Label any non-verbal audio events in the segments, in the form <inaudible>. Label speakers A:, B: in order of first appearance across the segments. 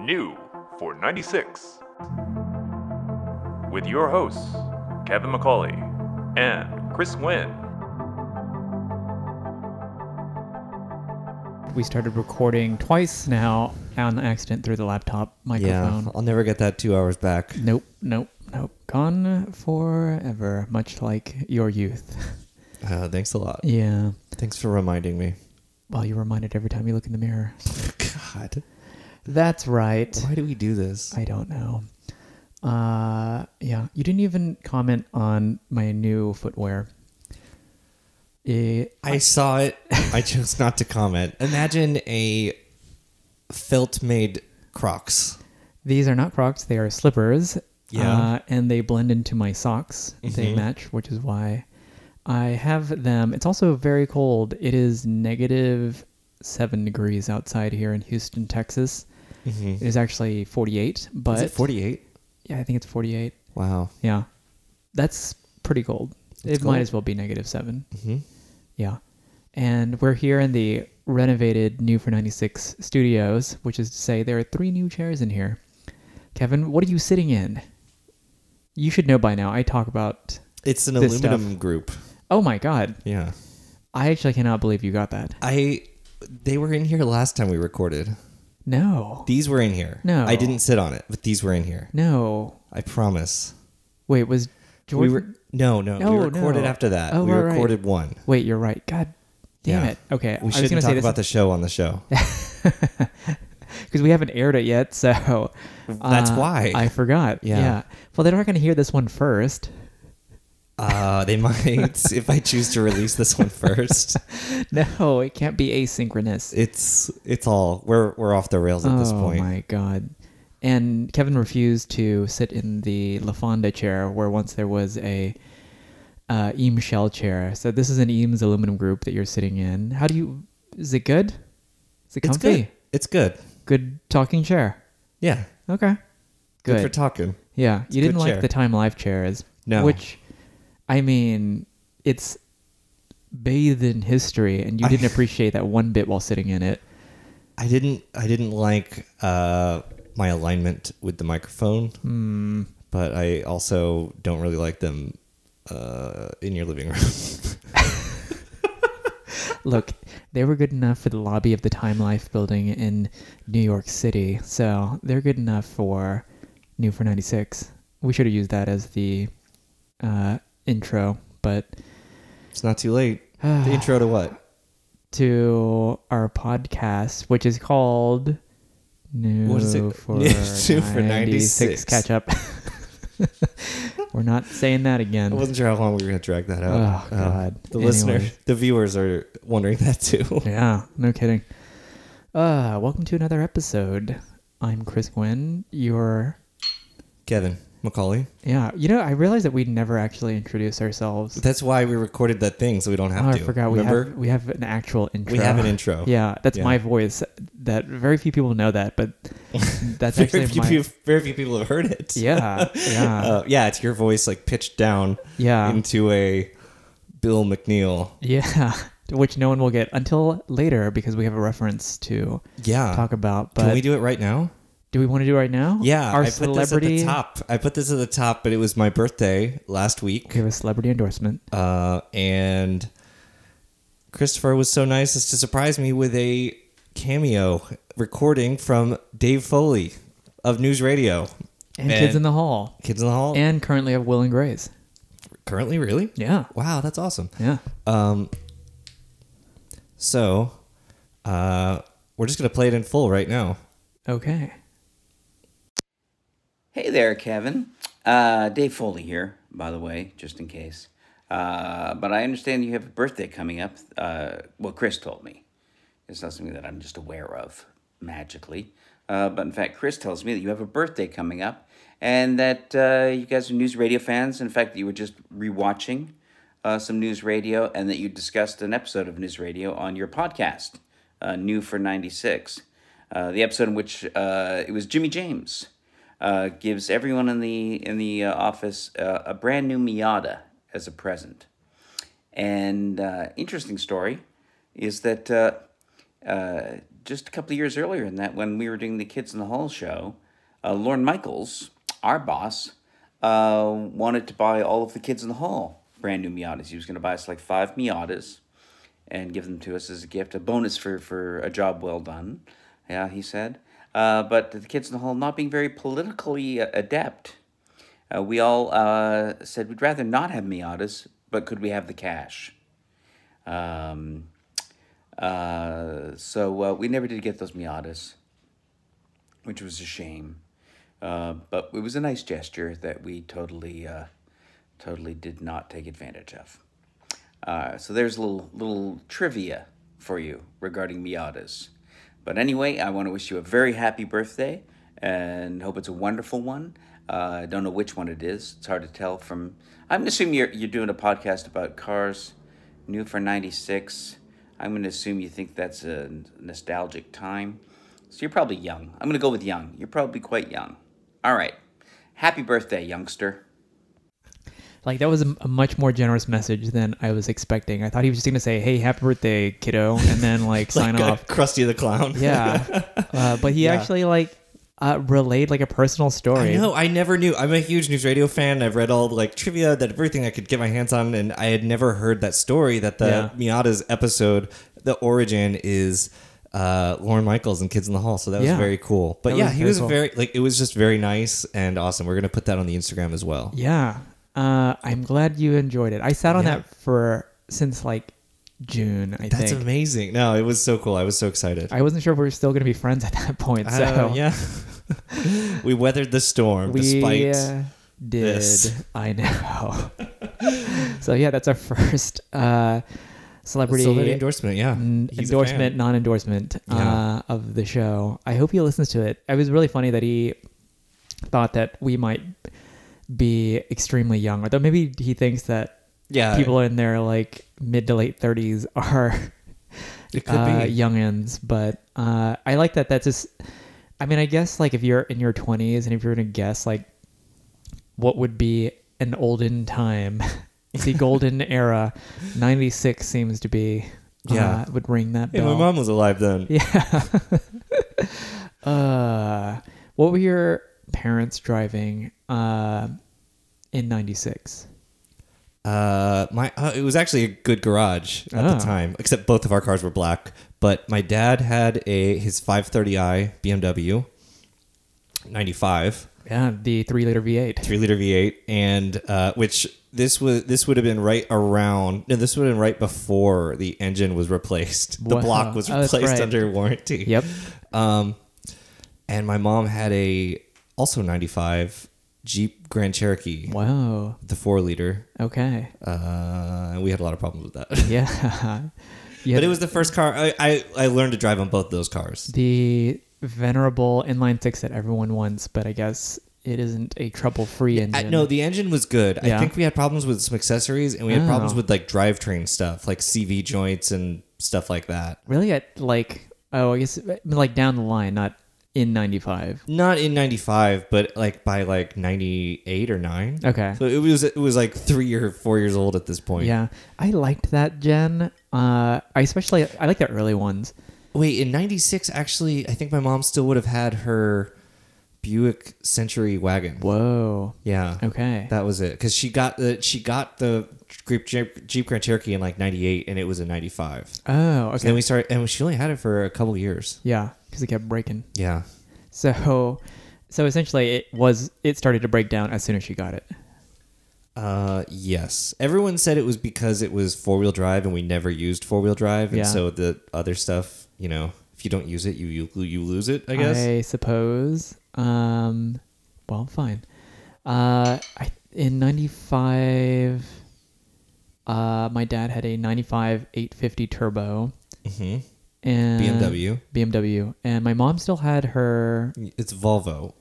A: New for 96. With your hosts, Kevin McCauley and Chris Nguyen.
B: We started recording twice now on accident through the laptop microphone.
C: Yeah, I'll never get that two hours back.
B: Nope, nope, nope. Gone forever, much like your youth. <laughs>
C: Uh, thanks a lot.
B: yeah.
C: Thanks for reminding me.
B: Well, you're reminded every time you look in the mirror.
C: God,
B: That's right.
C: why do we do this?
B: I don't know. Uh, yeah, you didn't even comment on my new footwear. It,
C: I saw it. I chose not to comment. Imagine a felt made Crocs.
B: These are not Crocs; they are slippers.
C: Yeah. Mm-hmm.
B: uh, and they blend into my socks. They match, which is why I have them. It's also very cold. It is negative seven degrees outside here in Houston, Texas.
C: Mm-hmm.
B: It is actually forty-eight, but
C: Is it 48?
B: yeah, I think it's forty-eight.
C: Wow.
B: Yeah, that's pretty cold.
C: That's
B: it might
C: cold.
B: as well be negative seven.
C: hmm
B: Yeah. And we're here in the renovated New for 96 studios, which is to say there are three new chairs in here. Kevin, what are you sitting in? You should know by now. I talk about.
C: It's an
B: This
C: aluminum
B: stuff.
C: group.
B: Oh my God.
C: Yeah.
B: I actually cannot believe you got that.
C: I. They were in here last time we recorded.
B: No.
C: These were in here.
B: No.
C: I didn't sit on it, but these were in here.
B: No.
C: I promise.
B: Wait, was
C: we
B: Jordan.
C: were no, no.
B: No,
C: we recorded
B: no.
C: after that.
B: Oh,
C: we
B: right, right.
C: recorded one.
B: Wait, you're right. God damn
C: Yeah.
B: it. Okay.
C: We shouldn't
B: <laughs>
C: talk about the show on the show.
B: Because we haven't aired it yet, so. uh,
C: That's why.
B: I forgot.
C: Yeah.
B: yeah. Well, they're not going to hear this one first.
C: Uh, they might
B: <laughs>
C: if I choose to release this one first.
B: No, it can't be asynchronous.
C: It's it's all we're we're off the rails at this
B: oh
C: point.
B: my god. And Kevin refused to sit in the LaFonda chair where once there was a uh, Eames shell chair. So this is an Eames aluminum group that you're sitting in. How do you is it good? Is it
C: It's
B: comfy?
C: good. It's good.
B: Good talking chair.
C: Yeah.
B: Okay.
C: Good,
B: Good.
C: for talking.
B: yeah.
C: a
B: You didn't
C: good
B: like
C: chair.
B: the Time Life chairs.
C: No.
B: Which I mean, it's bathed in history and you
C: <laughs> I-
B: didn't appreciate that one bit while sitting in it.
C: I didn't I didn't like uh my alignment with the microphone.
B: Hmm.
C: But I also don't really like them uh in your living room.
B: Look, they were good enough for the lobby of the Time Life building in New York City, so they're good enough for New for 96. We should have used that as the uh, intro, but
C: it's not too late. <sighs> the intro to what?
B: <sighs> to our podcast, which is called New
C: What is it?
B: for
C: <laughs> New for 96.
B: Catch up. <laughs> we're not saying that again.
C: I wasn't sure how long we were gonna drag that out.
B: Oh,
C: Uh,
B: God.
C: the listener
B: Anyway.
C: the viewers are wondering
B: <laughs>
C: that too.
B: Yeah, no kidding. Uh, welcome to another episode. I'm Chris Gwynn, your
C: Kevin, Macaulay.
B: Yeah, you know, I realized that we never actually introduced ourselves.
C: That's why we recorded that thing, so we don't have
B: Oh, I
C: to.
B: forgot we
C: Remember?
B: have we have an actual intro.
C: We have an intro.
B: <laughs> Yeah, that's
C: Yeah.
B: my voice. That very few people know that,
C: <laughs>
B: but that's
C: <laughs> Very
B: actually
C: few,
B: my.
C: peop- very few people have heard
B: <laughs>
C: it.
B: Yeah, yeah,
C: <laughs> Uh, yeah, it's your voice like pitched down
B: yeah,
C: into a Bill McNeil.
B: yeah. <laughs> Which no one will get until later because we have a reference to
C: Yeah.
B: talk about. But
C: Uh, Can we do it right now?
B: do we want to do it right now?
C: Yeah.
B: our
C: I put
B: celebrity.
C: this at the top. I put this at the top, but it was my birthday last week.
B: We have a celebrity endorsement.
C: Uh, and Christopher was so nice as to surprise me with a cameo recording from Dave Foley of News Radio.
B: And, Kids in the Hall.
C: Kids in the Hall.
B: And currently of Will and Grace.
C: Currently, really?
B: Yeah.
C: Wow, that's awesome.
B: Yeah.
C: Um, so, uh, we're just gonna play it in full right now.
B: Okay.
D: Hey there, Kevin. Uh, Dave Foley here, by the way, just in case. Uh, but I understand you have a birthday coming up. Uh, well, Chris told me. It's not something that I'm just aware of magically. Uh, but in fact, Chris tells me that you have a birthday coming up and that uh, you guys are news radio fans. In fact, you were just rewatching uh, some news radio and that you discussed an episode of news radio on your podcast, uh, New for 96. Uh, the episode in which uh, it was Jimmy James uh, gives everyone in the in the uh, office uh, a brand new Miata as a present. And uh, interesting story is that uh, uh, just a couple of years earlier than that, when we were doing the Kids in the Hall show, uh, Lorne Michaels, our boss, uh, wanted to buy all of the Kids in the Hall brand new Miatas. He was going to buy us like five Miatas and give them to us as a gift, a bonus for, for a job well done. Yeah, he said. Uh, but the Kids in the Hall not being very politically uh, adept, uh, we all uh, said we'd rather not have Miatas, but could we have the cash? Um, uh, so uh, we never did get those Miatas, which was a shame. Uh, but it was a nice gesture that we totally, uh, totally did not take advantage of. Uh, so there's a little little trivia for you regarding Miatas. But anyway, I want to wish you a very happy birthday and hope it's a wonderful one. Uh, I don't know which one it is. It's hard to tell from. I'm assuming you're you're doing a podcast about cars, new for '96. I'm going to assume you think that's a nostalgic time. So you're probably young. I'm going to go with young. You're probably quite young. All right. Happy birthday, youngster.
B: Like that was a, a much more generous message than I was expecting. I thought he was just gonna say, "Hey, happy birthday, kiddo," and
C: <laughs>
B: then like sign
C: like, uh,
B: off.
C: Krusty the Clown. <laughs>
B: Yeah, uh, but he actually like uh, relayed like a personal story.
C: No, I never knew. I'm a huge news radio fan. I've read all the like trivia that everything I could get my hands on, and I had never heard that story that the Miata's episode, the origin is uh, Lauren Michaels and Kids in the Hall. So that was
B: Yeah.
C: very cool. But
B: That
C: yeah,
B: was
C: he
B: very
C: was
B: cool.
C: very like it was just very nice and awesome. We're gonna put that on the Instagram as well.
B: Yeah, uh, I'm glad you enjoyed it. I sat on that for since like June. I
C: That's
B: think
C: amazing. No, it was so cool. I was so excited.
B: I wasn't sure if we were still gonna be friends at that point. <laughs> So
C: Uh, yeah. <laughs> we weathered the storm
B: we
C: despite
B: uh, did.
C: this.
B: <laughs> I know. <laughs> so yeah, that's our <laughs> first uh, celebrity,
C: celebrity endorsement. Yeah,
B: n-
C: He's a fan.
B: endorsement, non-endorsement
C: Yeah.
B: uh, of the show. I hope he listens to it. It was really funny that he thought that we might be extremely young, or that maybe he thinks that
C: Yeah,
B: people in their like mid to late thirties are <laughs>
C: It could
B: uh,
C: be.
B: youngins. But uh, I like that. That's just. I mean, I guess like if you're in your twenties and if you're gonna guess like what would be an olden time, <laughs> the golden
C: <laughs>
B: era, ninety six seems to be.
C: Yeah.
B: uh, would ring that
C: Hey,
B: bell.
C: my mom was alive then.
B: Yeah. uh, what were your parents driving uh, in '96?
C: Uh, my uh, it was actually a good garage at
B: Ah.
C: the time, except both of our cars were black. But my dad had a his 530i BMW, 95,
B: Yeah, the three-liter
C: <laughs>
B: V8.
C: three liter V8, and uh, which this was this would have been right around no, this would have been right before the engine was replaced. The
B: Wow.
C: block was
B: Oh, that's
C: replaced
B: right.
C: under warranty.
B: Yep.
C: Um, and my mom had a also 95 Jeep Grand Cherokee,
B: Wow.
C: the four liter. <laughs>
B: Okay.
C: Uh, and we had a lot of problems with that. <laughs>
B: Yeah. <laughs> yeah.
C: But it was the first car I, I, I learned to drive on both those cars.
B: the venerable inline six that everyone wants, but I guess it isn't a trouble-free engine.
C: I, no, the engine was good.
B: Yeah.
C: I think we had problems with some accessories and we had
B: Oh.
C: problems with like drivetrain stuff, like CV joints and stuff like that.
B: Really, at like oh, I guess I mean, like down the line, not in '95.
C: Not in 95, but like by like 98 or 9.
B: Okay.
C: So it was it was like 3 or 4 years old at this point.
B: Yeah, I liked that Jen. Uh, I especially I like the early ones.
C: Wait, in 96 actually, I think my mom still would have had her Buick Century wagon.
B: Whoa.
C: Yeah.
B: Okay.
C: That was it because she got the she got the Jeep, Jeep, Jeep Grand Cherokee in like '98, and it was a '95.
B: oh, okay.
C: And then we started, and she only had it for a couple years.
B: yeah, because it kept breaking.
C: Yeah,
B: So, so essentially, it was it started to break down as soon as she got it.
C: uh, yes. Everyone said it was because it was four wheel drive, and we never used four wheel drive, and
B: Yeah.
C: so the other stuff, you know, if you don't use it, you you, you lose it. I guess.
B: I suppose. Um, well, fine. Uh, I, in '95, uh, my dad had a '95 850 turbo
C: hmm
B: and
C: BMW.
B: Uh. BMW, and my mom still had her.
C: It's Volvo.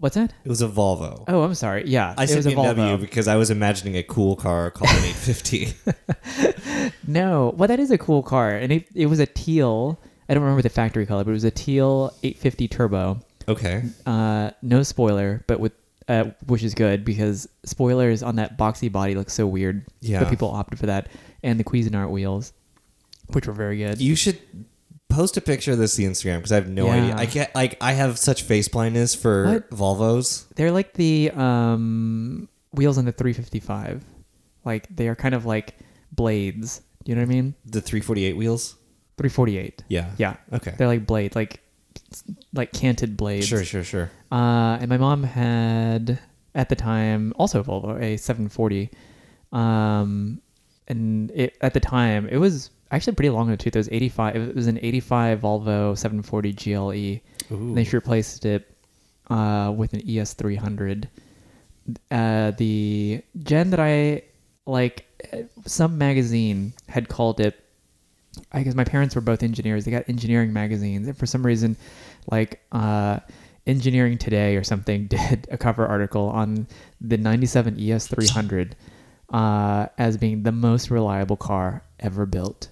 B: What's that?
C: It was a Volvo.
B: Oh, I'm sorry. Yeah,
C: I
B: it
C: said
B: was a
C: BMW
B: Volvo.
C: because I was imagining a cool car called
B: <laughs>
C: an 850.
B: No, well, that is a cool car, and it it was a teal. I don't remember the factory color, but it was a teal 850 turbo.
C: okay.
B: Uh, no spoiler, but with uh, which is good because spoilers on that boxy body look so weird.
C: Yeah.
B: but people opted for that, and the Cuisinart wheels, which were very good.
C: You should po- post a picture of this to Instagram because I have no
B: Yeah.
C: idea. I can't like I have such face blindness for
B: What?
C: Volvos.
B: They're like the um, wheels on the 355. Like they are kind of like blades. Do you know what I mean?
C: The 348 wheels.
B: 348.
C: Yeah.
B: Yeah.
C: Okay.
B: They're like blade, like like canted blades.
C: Sure, sure, sure.
B: Uh, and my mom had at the time also a Volvo, a 740. Um, and it, at the time, it was actually pretty long in the tooth. It was 85. It was an 85 Volvo 740 GLE. E. And then she replaced it uh, with an ES300. Uh, the gen that I like, eh, some magazine had called it I guess my parents were both engineers. They got engineering magazines, and for some reason, like uh, Engineering Today or something, <laughs> did a cover article on the E '97 ES300 uh, as being the most reliable car ever built.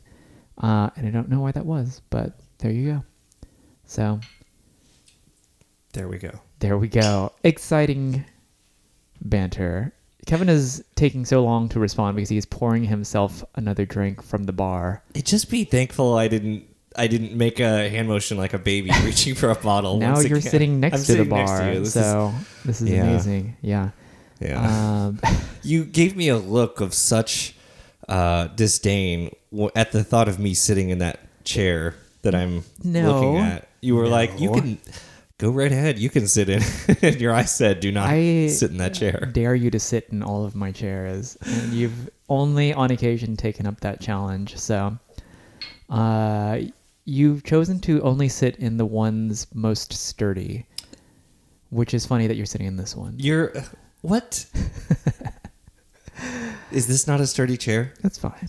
B: Uh, and I don't know why that was, but there you go. So
C: There we go.
B: there we go. Exciting banter. Kevin is taking so long to respond because he's pouring himself another drink from the bar.
C: It just be thankful I didn't I didn't make a hand motion like a <laughs> baby reaching for a bottle.
B: now
C: once
B: you're
C: again.
B: sitting next
C: I'm
B: to
C: sitting
B: the bar,
C: next to you. This
B: so this is
C: Yeah.
B: amazing. Yeah.
C: is, yeah. <laughs>
B: Um,
C: You gave me a look of such uh, disdain w- at the thought of me sitting in that chair that I'm
B: No.
C: looking at. You were like, you can go right ahead. You can sit in. <laughs> and your eye said, do not
B: I-
C: sit in that chair.
B: dare you to sit in all of my chairs, and you've only on occasion taken up that challenge. So, uh, you've chosen to only sit in the ones most sturdy, which is funny that you're sitting in this one.
C: You're. What? Is this not a sturdy chair?
B: That's fine.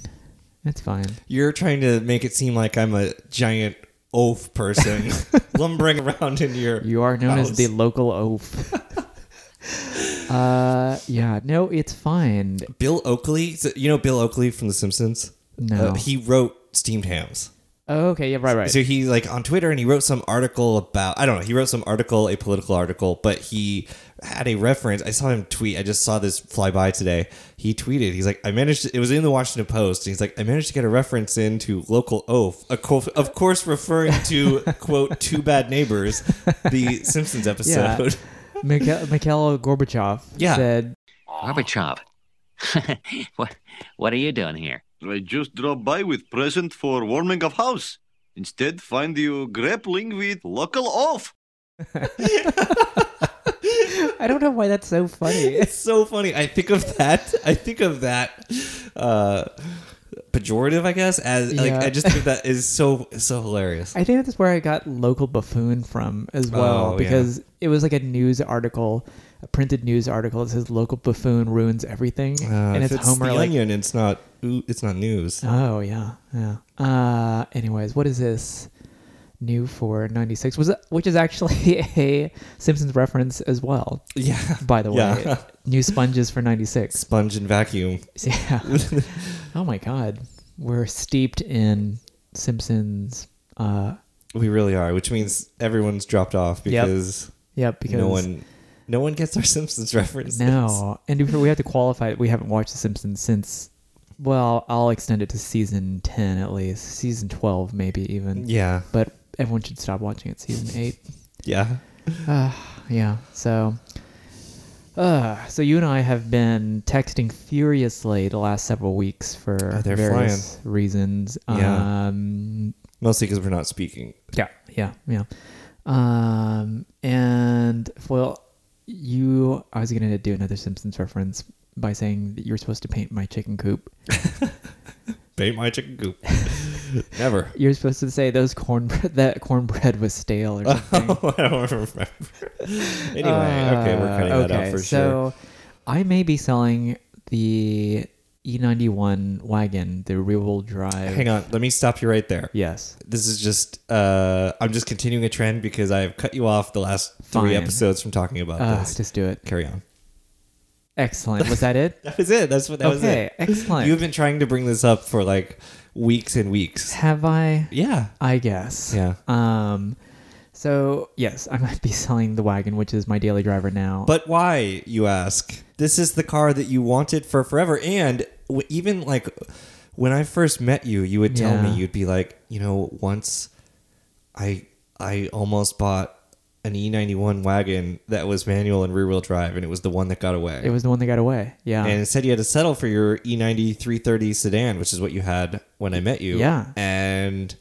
B: That's fine.
C: You're trying to make it seem like I'm a giant oaf
B: <laughs>
C: person lumbering around in your.
B: You are known as
C: house.
B: the local
C: <laughs>
B: oaf. uh, yeah. No, it's fine.
C: Bill Oakley. So, You know Bill Oakley from The Simpsons? Uh,
B: No.
C: he wrote Steamed Hams.
B: Oh, okay. Yeah. Right. Right.
C: So he like on Twitter and he wrote some article about I don't know, he wrote some article, a political article, but he had a reference. I saw him tweet. I just saw this fly by today. He tweeted. He's like, I managed to, it was in the Washington Post. And he's like, I managed to get a reference into local oaf, a co- of course referring to quote two bad neighbors, the Simpsons episode.
B: Mikhail, Mikhail Gorbachev
C: Yeah.
B: said,
E: Gorbachev, <laughs> what, what are you doing here?
F: I just dropped by with present for warming of house. Instead, find you grappling with local off.
B: I don't know why that's so funny.
C: <laughs> It's so funny. I think of that. I think of that uh pejorative, I guess, as like
B: Yeah.
C: I just think that is so so hilarious.
B: I think that's where I got local buffoon from as well,
C: Oh, yeah.
B: because it was like a news article, a printed news article that says local buffoon ruins everything,
C: Uh,
B: and
C: if
B: it's, Homer
C: the
B: like,
C: Onion. It's not. ooh, It's not news.
B: oh yeah, yeah. Uh, anyways, what is this new for '96? Was it- which is actually <laughs> a Simpsons reference as well,
C: yeah.
B: by the way.
C: Yeah. <laughs>
B: new sponges for '96.
C: Sponge and vacuum.
B: <laughs> Yeah. oh my God. We're steeped in Simpsons. Uh,
C: We really are, which means everyone's dropped off because
B: yep. Because
C: no <laughs> one, no one gets our <laughs> Simpsons references.
B: No, and if we have to qualify it. We haven't watched The Simpsons since. Well, I'll extend it to season ten at least, season twelve maybe even.
C: Yeah.
B: But everyone should stop watching it. Season
C: <sighs>
B: eight. Uh,
C: Yeah.
B: Yeah. So. Uh, so you and I have been texting furiously the last several weeks for
C: Oh, they're
B: various reasons.
C: Yeah.
B: Um,
C: Mostly because we're not speaking.
B: Yeah, yeah, yeah. Um, and well, you, I was gonna do another Simpsons reference by saying that you're supposed to paint my chicken coop.
C: Bait my chicken coop. <laughs> Never.
B: You're supposed to say those cornbread, <laughs> that cornbread was stale or something.
C: <laughs> I don't remember. Anyway, okay, we're cutting
B: Uh,
C: that out for sure.
B: so I may be selling the E91 wagon, the rear-wheel drive.
C: Hang on, let me stop you right there.
B: Yes.
C: This is just uh I'm just continuing a trend because I've cut you off the last three
B: Fine.
C: episodes from talking about
B: Uh,
C: this.
B: just do it.
C: Carry on.
B: Excellent. Was that it?
C: That was it. That's what <laughs> that was it.
B: okay. Excellent.
C: You've been trying to bring this up for like weeks and
B: <sighs>
C: weeks.
B: Have I?
C: Yeah.
B: I guess.
C: Yeah.
B: Um, so yes, I might be <laughs> selling the wagon, which is my daily driver now.
C: But why, you ask? This is the car that you wanted for forever. And w- even like when I first met you, you would tell
B: Yeah.
C: me, you'd be like, you know, once I I almost bought an E91 wagon that was manual and rear wheel drive, and it was the one that got away.
B: It was the one that got away. Yeah.
C: and it said you had to settle for your E E90 330 sedan, which is what you had when I met you.
B: Yeah.
C: and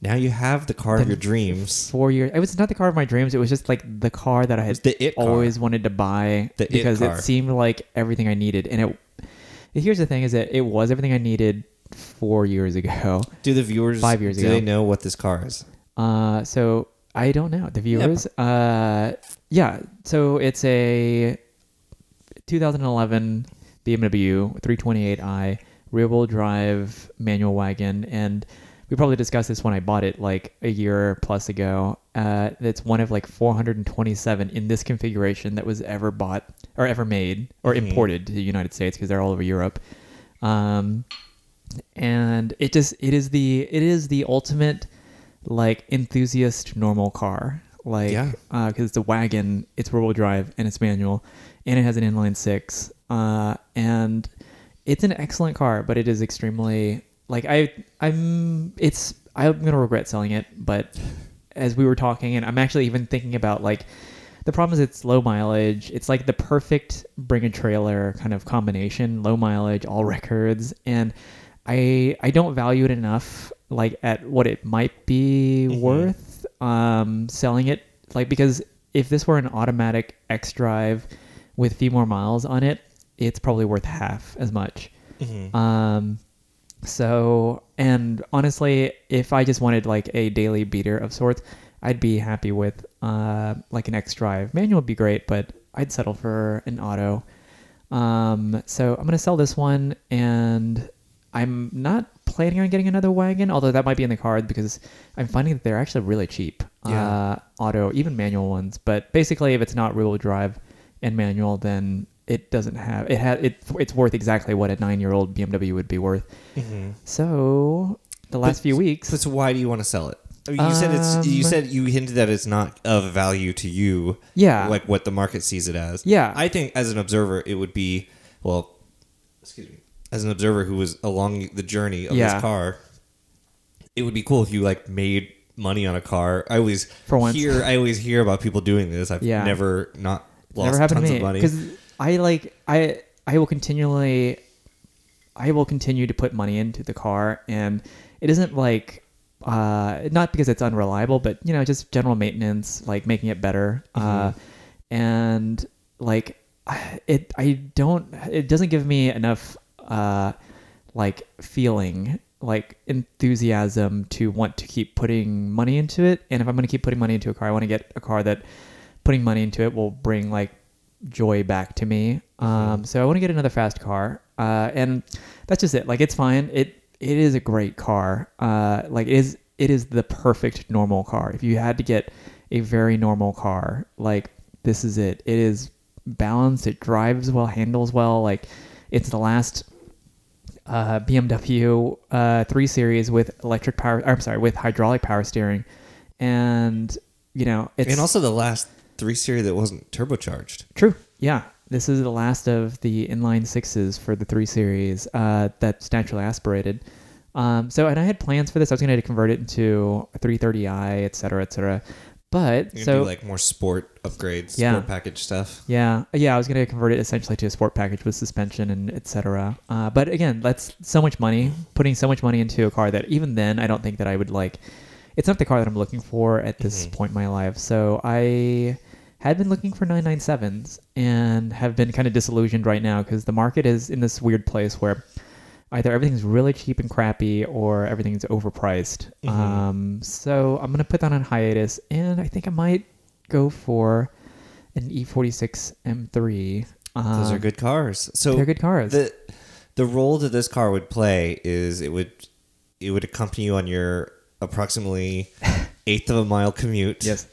C: now you have the car of your dreams.
B: four years. It was not the car of my dreams. It was just like the car that I had
C: the it car.
B: always wanted to buy
C: The it
B: because it,
C: car.
B: seemed like everything I needed. And it here's the thing: is that it was everything I needed four years ago. <laughs>
C: Do the viewers
B: Five years
C: do
B: ago.
C: they know what this car is?
B: Uh, so I don't know the viewers. Uh, yeah. So it's a 2011 BMW 328i rear wheel drive manual wagon, and we probably discussed this when I bought it like a year plus ago. Uh, it's one of like 427 in this configuration that was ever bought or ever made or imported to the United States because they're all over Europe. Um, and it just it is the it is the ultimate like enthusiast normal car like
C: Yeah.
B: because uh, it's a wagon it's rear wheel drive and it's manual and it has an inline six uh, and it's an excellent car but it is extremely like i i'm it's i'm gonna regret selling it but as we were talking and i'm actually even thinking about like the problem is it's low mileage. It's like the perfect bring a trailer kind of combination, low mileage, all records, and I I don't value it enough like at what it might be worth um, selling it like because if this were an automatic X drive with a few more miles on it, it's probably worth half as much. Um, so, and honestly, if I just wanted like a daily beater of sorts, I'd be happy with uh, like an X Drive. Manual would be great, but I'd settle for an auto. Um, so I'm gonna sell this one, and I'm not planning on getting another wagon, although that might be in the card because I'm finding that they're actually really cheap. Uh, auto, even manual ones. But basically, if it's not rear wheel drive and manual, then it doesn't have it had it. It's worth exactly what a nine year old BMW would be worth. So the last few weeks,
C: So why do you want to sell it? I mean, you said it's. You
B: Um,
C: said you hinted that it's not of value to you.
B: Yeah.
C: like what the market sees it as.
B: Yeah.
C: I think as an observer, it would be well. Excuse me. As an observer who was along the journey of
B: Yeah.
C: this car, it would be cool if you like made money on a car. I always
B: For once.
C: hear. I always hear about people doing this. I've
B: Yeah.
C: never not lost
B: never happened
C: tons
B: to
C: of
B: me
C: money.
B: because I like I I will continually I will continue to put money into the car and it isn't like uh not because it's unreliable but you know just general maintenance like making it better
C: Mm-hmm.
B: uh and like I- it I don't it doesn't give me enough uh like feeling like enthusiasm to want to keep putting money into it and if I'm going to keep putting money into a car I want to get a car that putting money into it will bring like joy back to me. Um, so I want to get another fast car, uh, and that's just it. Like it's fine. It it is a great car. Uh, like it is it is the perfect normal car. If you had to get a very normal car, like this is it. It is balanced. It drives well, handles well. Like it's the last uh, BMW uh, 3 Series with electric power. I'm sorry, with hydraulic power steering, and you know it's
C: and also the last three series that wasn't turbocharged.
B: True. Yeah. This is the last of the inline sixes for the three series uh, that's naturally aspirated. Um, so, and I had plans for this. I was going to convert it into a 330i, et cetera, et cetera. But
C: You're
B: so,
C: gonna do like more sport upgrades,
B: Yeah.
C: sport package stuff.
B: yeah, yeah, I was going to convert it essentially to a sport package with suspension and et cetera. Uh, but again, that's so much money, putting so much money into a car that even then, I don't think that I would like. It's not the car that I'm looking for at this point in my life. So I had been looking for 997s and have been kind of disillusioned right now because the market is in this weird place where either everything's really cheap and crappy or everything's overpriced. Um, so I'm gonna put that on hiatus, and I think I might go for an E E46 M3. Um,
C: Those are good cars. So
B: They're good cars.
C: The the role that this car would play is it would it would accompany you on your
B: <laughs>
C: approximately eighth of a mile commute.
B: Yes.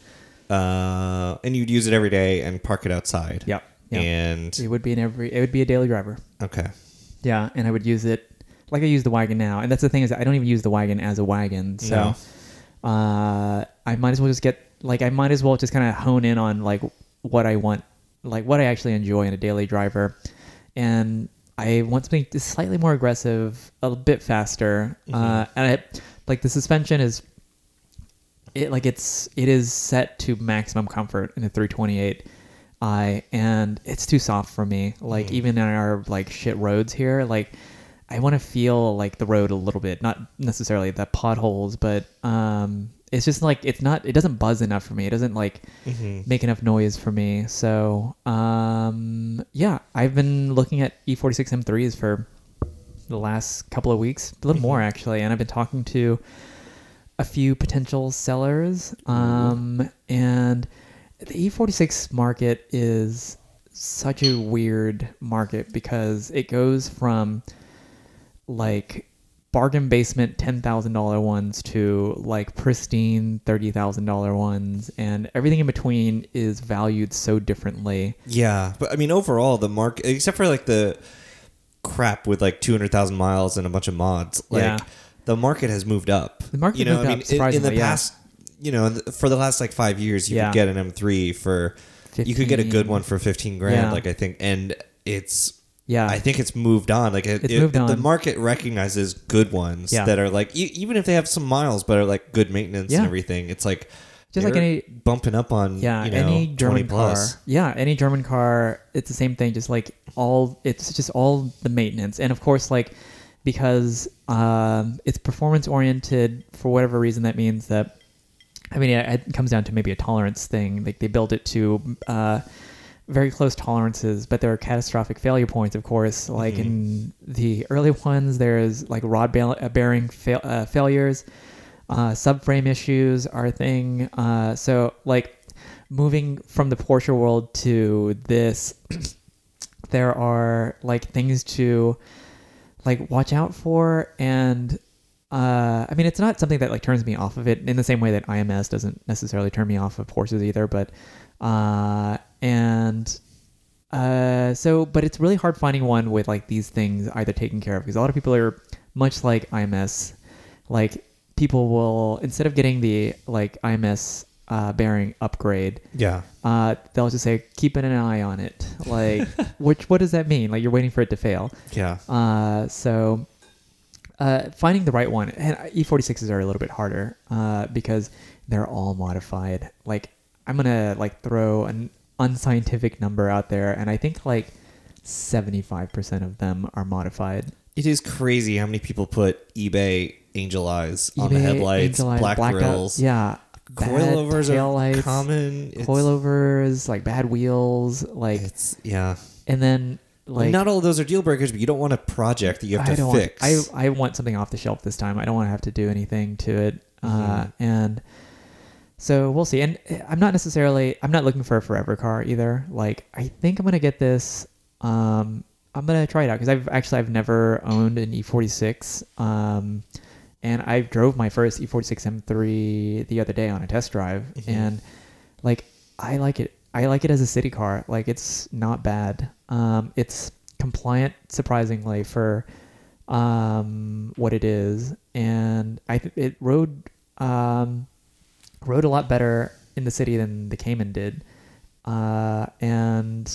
C: Uh, and you'd use it every day and park it outside.
B: Yeah, yeah. It
C: And
B: would be an every. It would be a daily driver.
C: okay.
B: Yeah, and I would use it like I use the wagon now. And that's the thing is that I don't even use the wagon as a wagon. So uh, I might as well just get like I might as well just kind of hone in on like what I want, like what I actually enjoy in a daily driver, and I want something just slightly more
C: Mm-hmm.
B: aggressive, a bit faster, uh, and I, like the suspension is it like it's it is set to maximum comfort in the 328 i and it's too soft for me like even in our like shit roads here like i want to feel like the road a little bit not necessarily the potholes but um it's just like it's not it doesn't buzz enough for me it doesn't like make enough noise for me so um yeah i've been looking at E e46 m3s for the last couple of weeks a little more actually and i've been talking to a few potential sellers. Um, and the E46 market is such a weird market because it goes from like bargain basement $10,000 ones to like pristine $30,000 ones and everything in between is valued so differently.
C: Yeah, but I mean, overall, the market, except for like the crap with like two hundred thousand miles and a bunch of mods, like
B: Yeah.
C: the market has moved up.
B: The market
C: you know,
B: moved
C: I
B: up,
C: mean, in- in, the
B: surprisingly, yeah.
C: past, you know, th- for the last like five years, you
B: Yeah.
C: could get an M3 for you could get a good
B: 15.
C: one for fifteen grand,
B: Yeah.
C: like I think, and it's.
B: Yeah.
C: I think it's moved on. Like it,
B: It's
C: it-
B: moved
C: the
B: on.
C: market recognizes good ones
B: Yeah.
C: that are like e- even if they have some miles, but are like good maintenance and
B: Yeah.
C: everything. It's like
B: Just like
C: they're
B: any-
C: bumping up on
B: yeah
C: you know,
B: any
C: 20
B: german
C: plus.
B: car yeah any german car it's the same thing just like all it's just all the maintenance and of course like because um, it's performance oriented for whatever reason that means that i mean it, it comes down to maybe a tolerance thing like they built it to uh, very close tolerances but there are catastrophic failure points of course like in the early ones there's like rod ba- uh, bearing fail- uh, failures uh, subframe issues are a thing. Uh, so like moving from the Porsche world to this, there are like things to like watch out for and uh, I mean it's not something that like turns me off of it in the same way that IMS doesn't necessarily turn me off of Porsches either, but uh, and uh, so but it's really hard finding one with like these things either taken care of because a lot of people are much like IMS, like people will instead of getting the like IMS uh, bearing upgrade,
C: Yeah,
B: uh, they'll just say keeping an eye on it. Like,
C: <laughs>
B: which what does that mean? Like you're waiting for it to fail.
C: yeah.
B: Uh, so uh, finding the right one and E46s are a little bit harder uh, because they're all modified. Like I'm gonna like throw an unscientific number out there, and I think like 75% of them are modified.
C: It is crazy how many people put eBay angel eyes on the
B: eBay,
C: headlights,
B: Angel Eye,
C: black,
B: Blackout-
C: grills.
B: Yeah. bad
C: Coilovers are
B: taillights,
C: common. It's-
B: Coilovers, like bad wheels, like
C: It's yeah.
B: and then like
C: Not all of those are deal breakers, but you don't want a project that you have
B: I
C: to
B: don't
C: fix.
B: want I I want something off the shelf this time. I don't want to have to do anything to it. Uh,
C: Mm-hmm.
B: and so we'll see. And eh, I'm not necessarily I'm not looking for a forever car either. Like I think I'm gonna get this. Um, I'm gonna try it out because I've actually I've never owned an E46. Um, and I drove my first E E46 M3 the other day on a test drive, and like I like it. I like it as a city car. Like it's not bad. Um, it's compliant surprisingly for um, what it is, and I th- it rode um, rode a lot better in the city than the Cayman did, uh, and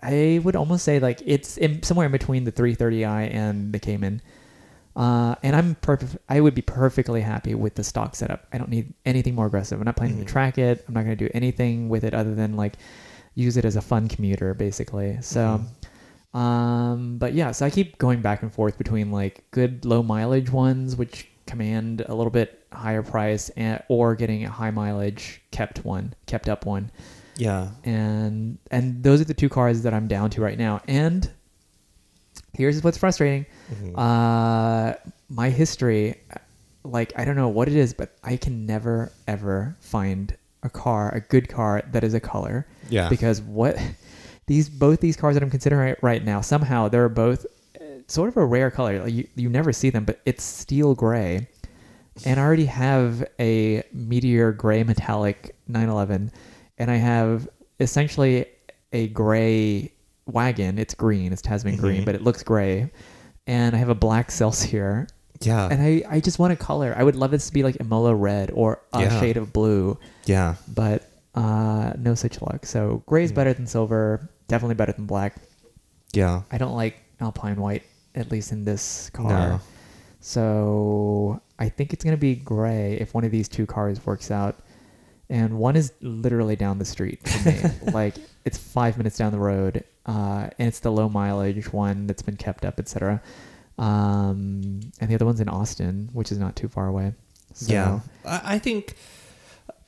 B: I would almost say like it's in, somewhere in between the 330i and the Cayman. Uh, and I'm perfect. I would be perfectly happy with the stock setup. I don't need anything more aggressive. I'm not planning to track it. I'm not going to do anything with it other than like use it as a fun commuter, basically. So, um, but yeah, so I keep going back and forth between like good low mileage ones, which command a little bit higher price, and, or getting a high mileage kept one, kept up one
C: yeah.
B: and and those are the two cars that I'm down to right now. And here's what's frustrating: uh, my history, like I don't know what it is, but I can never ever find a car, a good car that is a color.
C: Yeah.
B: Because what <laughs> these both these cars that I'm considering right, right now somehow they're both uh, sort of a rare color. Like you you never see them, but it's steel gray. And I already have a meteor gray metallic 911, and I have essentially a gray wagon. It's green, it's Tasman green, but it looks gray. And I have a black Celsior,
C: Yeah.
B: and I, I just want a color. I would love this to be like Emola red or a
C: Yeah.
B: shade of blue,
C: yeah.
B: but uh, no such luck. So gray's better than silver, definitely better than black.
C: Yeah.
B: I don't like Alpine white, at least in this car.
C: No.
B: So I think it's going to be gray if one of these two cars works out. And one is literally down the street from me. like it's five minutes down the road. Uh, and it's the low mileage one that's been kept up, etc. Um, and the other one's in Austin, which is not too far away. So,
C: yeah. I, I think,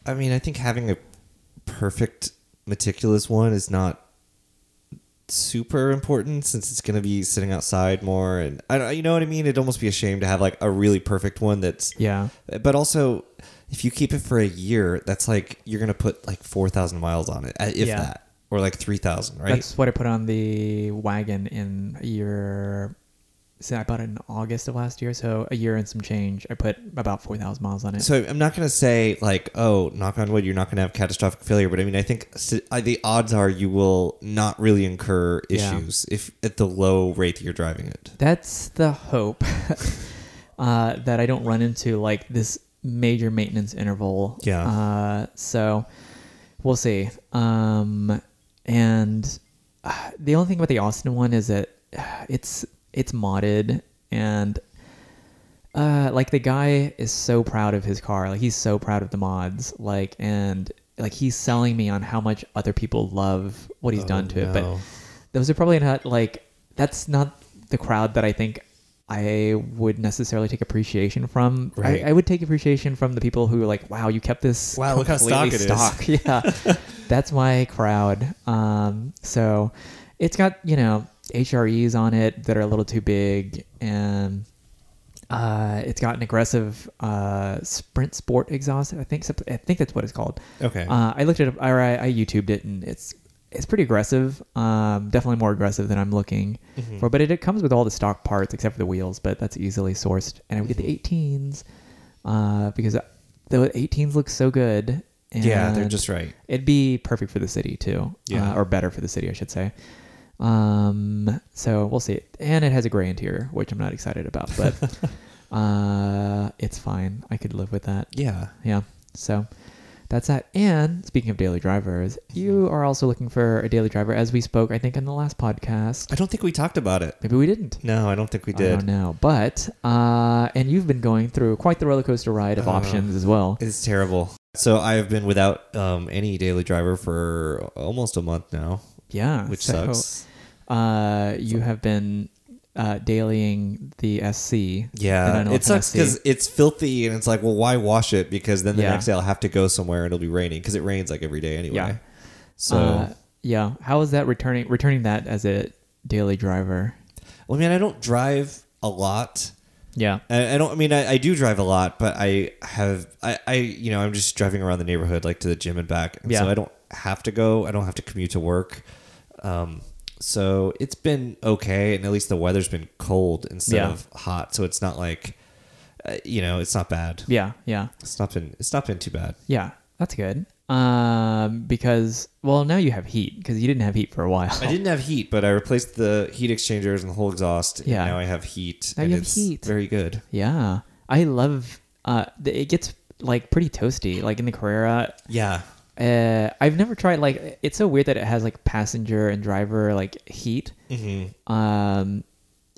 C: I mean, I think having a perfect, meticulous one is not super important since it's going to be sitting outside more and I don't, you know what I mean it'd almost be a shame to have like a really perfect one that's
B: Yeah.
C: but also if you keep it for a year that's like you're going to put like 4000 miles on it uh, if
B: Yeah.
C: that or like 3000 right
B: That's what I put on the wagon in a year. So I bought it in August of last year, so a year and some change. I put about four thousand miles on it.
C: so I'm not going to say like oh knock on wood you're not going to have catastrophic failure but I mean I think s- I- the odds are you will not really incur
B: Yeah.
C: issues if at the low rate that you're driving it
B: That's the hope <laughs> uh, that I don't run into like this major maintenance interval.
C: Yeah.
B: Uh, so we'll see. Um, and uh, the only thing about the Austin one is that uh, it's it's modded and uh, like the guy is so proud of his car. Like he's so proud of the mods. Like and like he's selling me on how much other people love what he's done to it.
C: Oh, no.
B: But those are probably not like that's not the crowd that I think I would necessarily take appreciation from.
C: Right.
B: I, I would take appreciation from the people who are like, "Wow, you kept this
C: Wow, look how stock
B: completely
C: it is."
B: stock." <laughs> Yeah,
C: <laughs>
B: that's my crowd. Um, so it's got you know HREs on it that are a little too big and. Uh, it's got an aggressive uh, sprint sport exhaust. I think I think that's what it's called.
C: Okay.
B: Uh, I looked it up, or I, I YouTubed it, and it's it's pretty aggressive. Um, definitely more aggressive than I'm looking
C: Mm-hmm.
B: for. But it, it comes with all the stock parts except for the wheels, but that's easily sourced. And I would get
C: Mm-hmm.
B: the 18s uh, because the 18s look so good. And
C: Yeah, they're just right.
B: It'd be perfect for the city too.
C: Yeah.
B: uh, or better for the city, I should say. Um, so we'll see. And it has a gray interior, which I'm not excited about,
C: <laughs>
B: but uh, it's fine. I could live with that.
C: yeah
B: Yeah. So that's that. And speaking of daily drivers,
C: Mm-hmm.
B: you are also looking for a daily driver, as we spoke, I think, in the last podcast.
C: I don't think we talked about it
B: Maybe we didn't.
C: no I don't think we
B: I
C: did
B: don't know. But, uh, and you've been going through quite the roller coaster ride
C: Uh,
B: of options as well.
C: It's terrible. So I've been without um, any daily driver for almost a month now,
B: Yeah.
C: which
B: Oh, so,
C: sucks.
B: Uh, you have been uh, dailying the SC. And I
C: Yeah,
B: know
C: it
B: it's an
C: sucks
B: SC.
C: because it's filthy, and it's like, well, why wash it? Because then the
B: Yeah.
C: next day I'll have to go somewhere and it'll be raining because it rains like every day anyway.
B: Yeah.
C: So,
B: Uh, yeah. How is that returning, returning that as a daily driver?
C: well, I mean, I don't drive a lot.
B: Yeah.
C: I, I don't. I mean, I, I do drive a lot, but I have. I, I, you know, I'm just driving around the neighborhood, like to the gym and back. And
B: Yeah.
C: So I don't have to go. I don't have to commute to work. Um, so it's been okay, and at least the weather's been cold instead
B: Yeah.
C: of hot. So it's not like, uh, you know, it's not bad.
B: Yeah. Yeah.
C: It's not been. It's not been too bad.
B: Yeah, that's good. Um, because well, now you have heat because you didn't have heat for a while.
C: I didn't have heat, but I replaced the heat exchangers and the whole exhaust.
B: Yeah.
C: And now I have heat.
B: Now
C: and
B: you have
C: it's
B: heat.
C: Very good.
B: <laughs> Yeah, I love. Uh, th- it gets like pretty toasty, like in the Carrera.
C: Yeah.
B: Uh, I've never tried like it's so weird that it has like passenger and driver like heat. Mm-hmm. Um,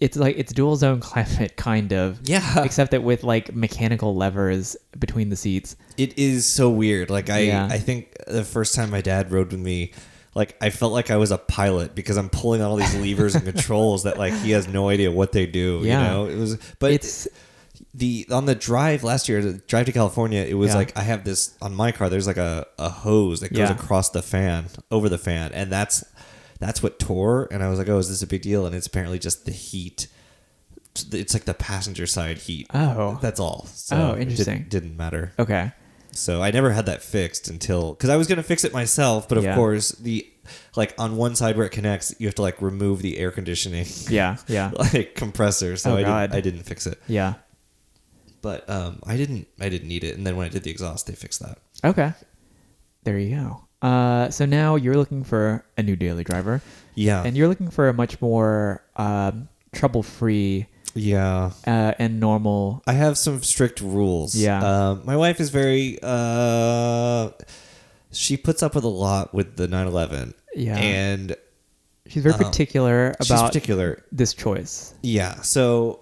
B: it's like it's dual zone <laughs> climate kind of.
C: Yeah.
B: Except that with like mechanical levers between the seats.
C: it is so weird like i
B: Yeah.
C: i think the first time my dad rode with me like i felt like i was a pilot because i'm pulling on all these
B: <laughs>
C: levers and controls that like he has no idea what they do
B: Yeah.
C: you know it was but
B: It's-
C: it's the on the drive last year the drive to california it was
B: Yeah.
C: like i have this on my car there's like a, a hose that goes
B: Yeah.
C: across the fan over the fan and that's that's what tore and i was like oh is this a big deal and it's apparently just the heat it's like the passenger side heat
B: Oh.
C: that's all so
B: Oh,
C: it didn't-
B: interesting.
C: didn't matter
B: Okay.
C: so I never had that fixed until because I was gonna fix it myself, but of
B: Yeah.
C: course the like on one side where it connects, you have to like remove the air conditioning, <laughs>
B: Yeah. Yeah.
C: like compressor. So
B: Oh,
C: I
B: God.
C: didn't, I didn't fix it,
B: yeah.
C: but um I didn't I didn't need it. And then when I did the exhaust, they fixed that.
B: Okay. There you go. Uh, so now you're looking for a new daily driver.
C: Yeah,
B: And you're looking for a much more um, trouble free
C: yeah.
B: uh, and normal.
C: I have some strict rules.
B: Yeah.
C: Um, my wife is very. Uh, she puts up with a lot with the 911.
B: Yeah.
C: And
B: She's very particular
C: Uh-huh. she's
B: about
C: particular.
B: this choice.
C: Yeah. So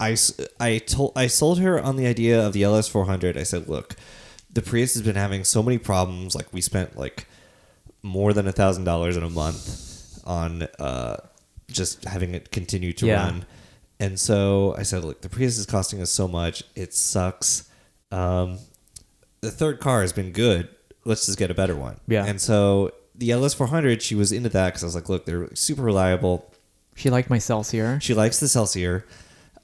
C: I, s- I told I sold her on the idea of the LS400. I said, look, the Prius has been having so many problems. Like we spent like more than a thousand dollars in a month on uh, just having it continue to
B: Yeah.
C: run. And so I said, look, the Prius is costing us so much. It sucks. Um, the third car has been good. Let's just get a better one.
B: Yeah.
C: And so the LS400, she was into that because I was like, look, they're super reliable.
B: She liked my Celsior.
C: She likes the Celsior.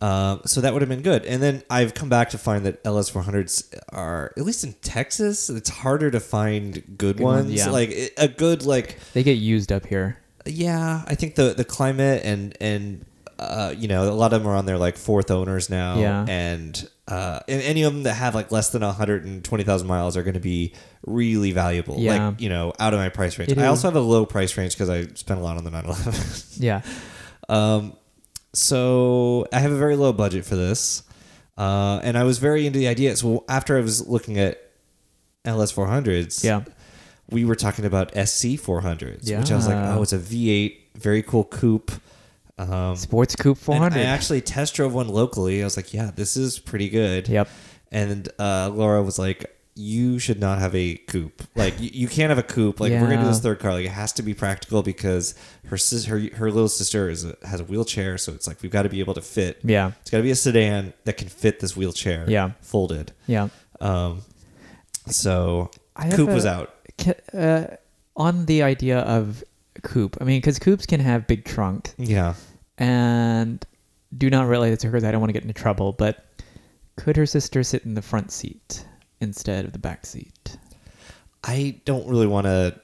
C: Um, so that would have been good. And then I've come back to find that LS400s are, at least in Texas, it's harder to find good,
B: ones,
C: ones.
B: yeah.
C: Like i- a good, like,
B: They get used up here.
C: yeah, I think the, the climate and, and, uh, you know, a lot of them are on their like fourth owners now.
B: Yeah.
C: And, uh, and any of them that have like less than 120,000 miles are going to be really valuable.
B: Yeah.
C: Like, you know, out of my price range.
B: It
C: I
B: is-
C: also have a low price range because I spent a lot on the <laughs> 911.
B: Yeah.
C: so I have a very low budget for this, uh, and I was very into the idea. So after I was looking at LS four hundreds,
B: Yeah.
C: we were talking about SC four hundreds, which I was like,
B: Yeah.
C: oh, it's a V eight, very cool coupe. Um,
B: Sports Coupe
C: and
B: 400.
C: I actually test drove one locally. I was like, yeah, this is pretty good.
B: Yep.
C: And uh, Laura was like. You should not have a coupe. Like you, you can't have a coupe. Like we're gonna do
B: Yeah.
C: this third car. Like it has to be practical because her sis, her her little sister is a, has a wheelchair, so it's like we've got to be able to fit.
B: yeah.
C: It's got to be a sedan that can fit this wheelchair.
B: Yeah.
C: Folded.
B: Yeah.
C: Um. So
B: I have
C: coupe was
B: a-
C: out.
B: Ca- Uh, on the idea of coupe, I mean, because coupes can have big trunk,
C: Yeah.
B: and do not relate this to her because I don't want to get into trouble. But could her sister sit in the front seat instead of the back seat?
C: I don't really want to.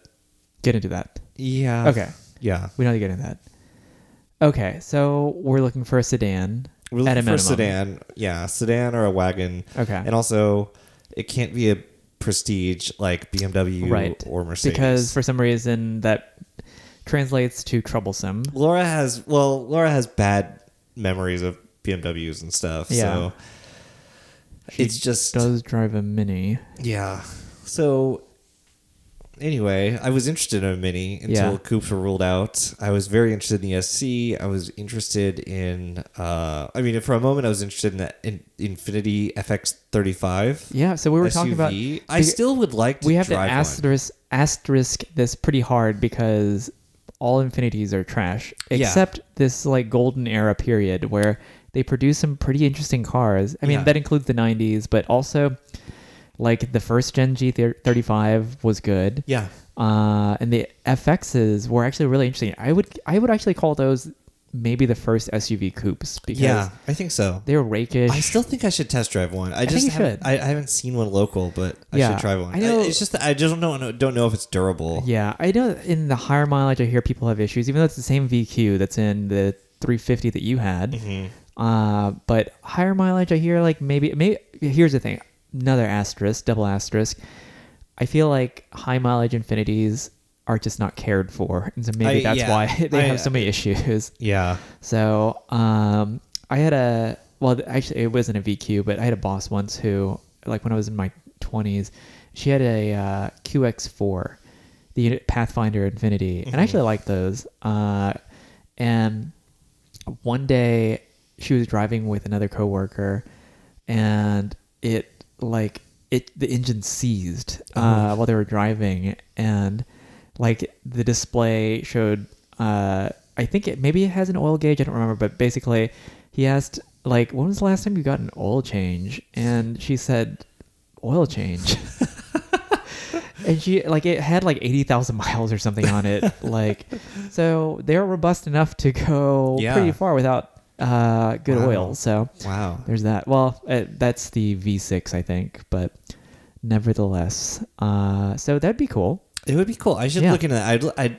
B: Get into that.
C: Yeah.
B: Okay.
C: Yeah.
B: We don't have to get into that. Okay, so we're looking for a sedan
C: We're looking
B: at a
C: for
B: minimum.
C: a sedan. Yeah, sedan or a wagon.
B: Okay.
C: And also, it can't be a prestige like BMW
B: right?
C: or Mercedes.
B: because for some reason that translates to troublesome.
C: Laura has well, Laura has bad memories of BMWs and stuff.
B: Yeah.
C: So it's just
B: Does drive a mini?
C: Yeah. So anyway, I was interested in a mini until
B: Yeah.
C: coupes were ruled out. I was very interested in the SC. I was interested in uh I mean for a moment I was interested in that in, Infinity FX35.
B: Yeah, so we were talking about.
C: SUV. I still would like to
B: we have to
C: drive one.
B: asterisk asterisk this pretty hard because all infinities are trash except this like golden era period where they produce some pretty interesting cars i mean
C: Yeah.
B: that includes the 90s but also like the first gen g35 was good
C: Yeah.
B: uh, and the fx's were actually really interesting i would i would actually call those maybe the first suv coupes because
C: Yeah, I think so.
B: they were rakish
C: I still think I should test drive one. I just
B: think you
C: haven't,
B: should.
C: I, I haven't seen one local, but I
B: Yeah.
C: should try one.
B: I know-
C: it's just that I just don't know don't know if it's durable.
B: Yeah, I know in the higher mileage, I hear people have issues, even though it's the same VQ that's in the 350 that you had.
C: Mm-hmm.
B: Uh, but higher mileage, I hear like maybe, maybe here's the thing another asterisk, double asterisk. I feel like high mileage infinities are just not cared for. And so maybe
C: I-
B: that's
C: yeah.
B: why <laughs> they
C: I-
B: have so many issues.
C: Yeah.
B: So um, I had a well, th- actually, it wasn't a VQ, but I had a boss once who, like when I was in my twenties, she had a uh, QX4, the unit- Pathfinder Infinity, and I actually like those. Uh, and one day she was driving with another coworker, and it like it the engine seized uh, while they were driving, and like the display showed uh i think it maybe it has an oil gauge i don't remember but basically he asked like when was the last time you got an oil change and she said oil
C: <laughs>
B: change and she like it had like 80,000 miles or something on it like so they're robust enough to go
C: Yeah.
B: pretty far without uh good
C: Wow.
B: oil so
C: Wow.
B: there's that. Well, uh, that's the V6, I think, but nevertheless, uh, so that'd be cool.
C: It would be cool. I should
B: Yeah.
C: look into that. I'd, I'd,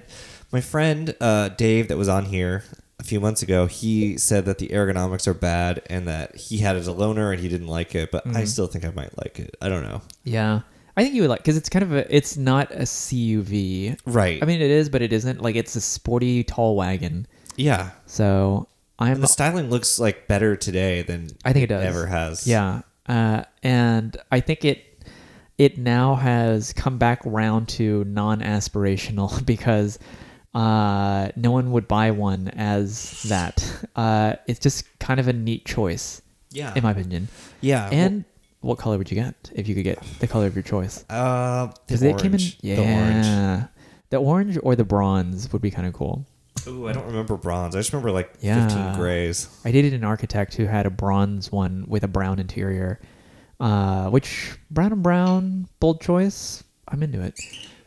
C: my friend uh, Dave, that was on here a few months ago, he said that the ergonomics are bad and that he had it as a loner and he didn't like it. But
B: Mm-hmm.
C: I still think I might like it. I don't know.
B: Yeah, I think you would like because it's kind of a, it's not a CUV.
C: Right.
B: I mean, it is, but it isn't. Like it's a sporty tall wagon.
C: yeah.
B: So I'm.
C: The styling looks like better today than
B: I think it does.
C: ever has.
B: Yeah, uh, and I think it it now has come back round to non aspirational <laughs> because uh, no one would buy one as that. Uh, it's just kind of a neat choice,
C: Yeah.
B: in my opinion.
C: yeah.
B: And what color would you get if you could get the color of your choice?
C: uh,
B: Because
C: the
B: it
C: orange.
B: came in, yeah,
C: The orange.
B: The orange or the bronze would be kind of cool.
C: Ooh, I don't remember bronze. I just remember like
B: Yeah.
C: 15 grays.
B: I dated an architect who had a bronze one with a brown interior, uh, which brown and brown, bold choice. I'm into it.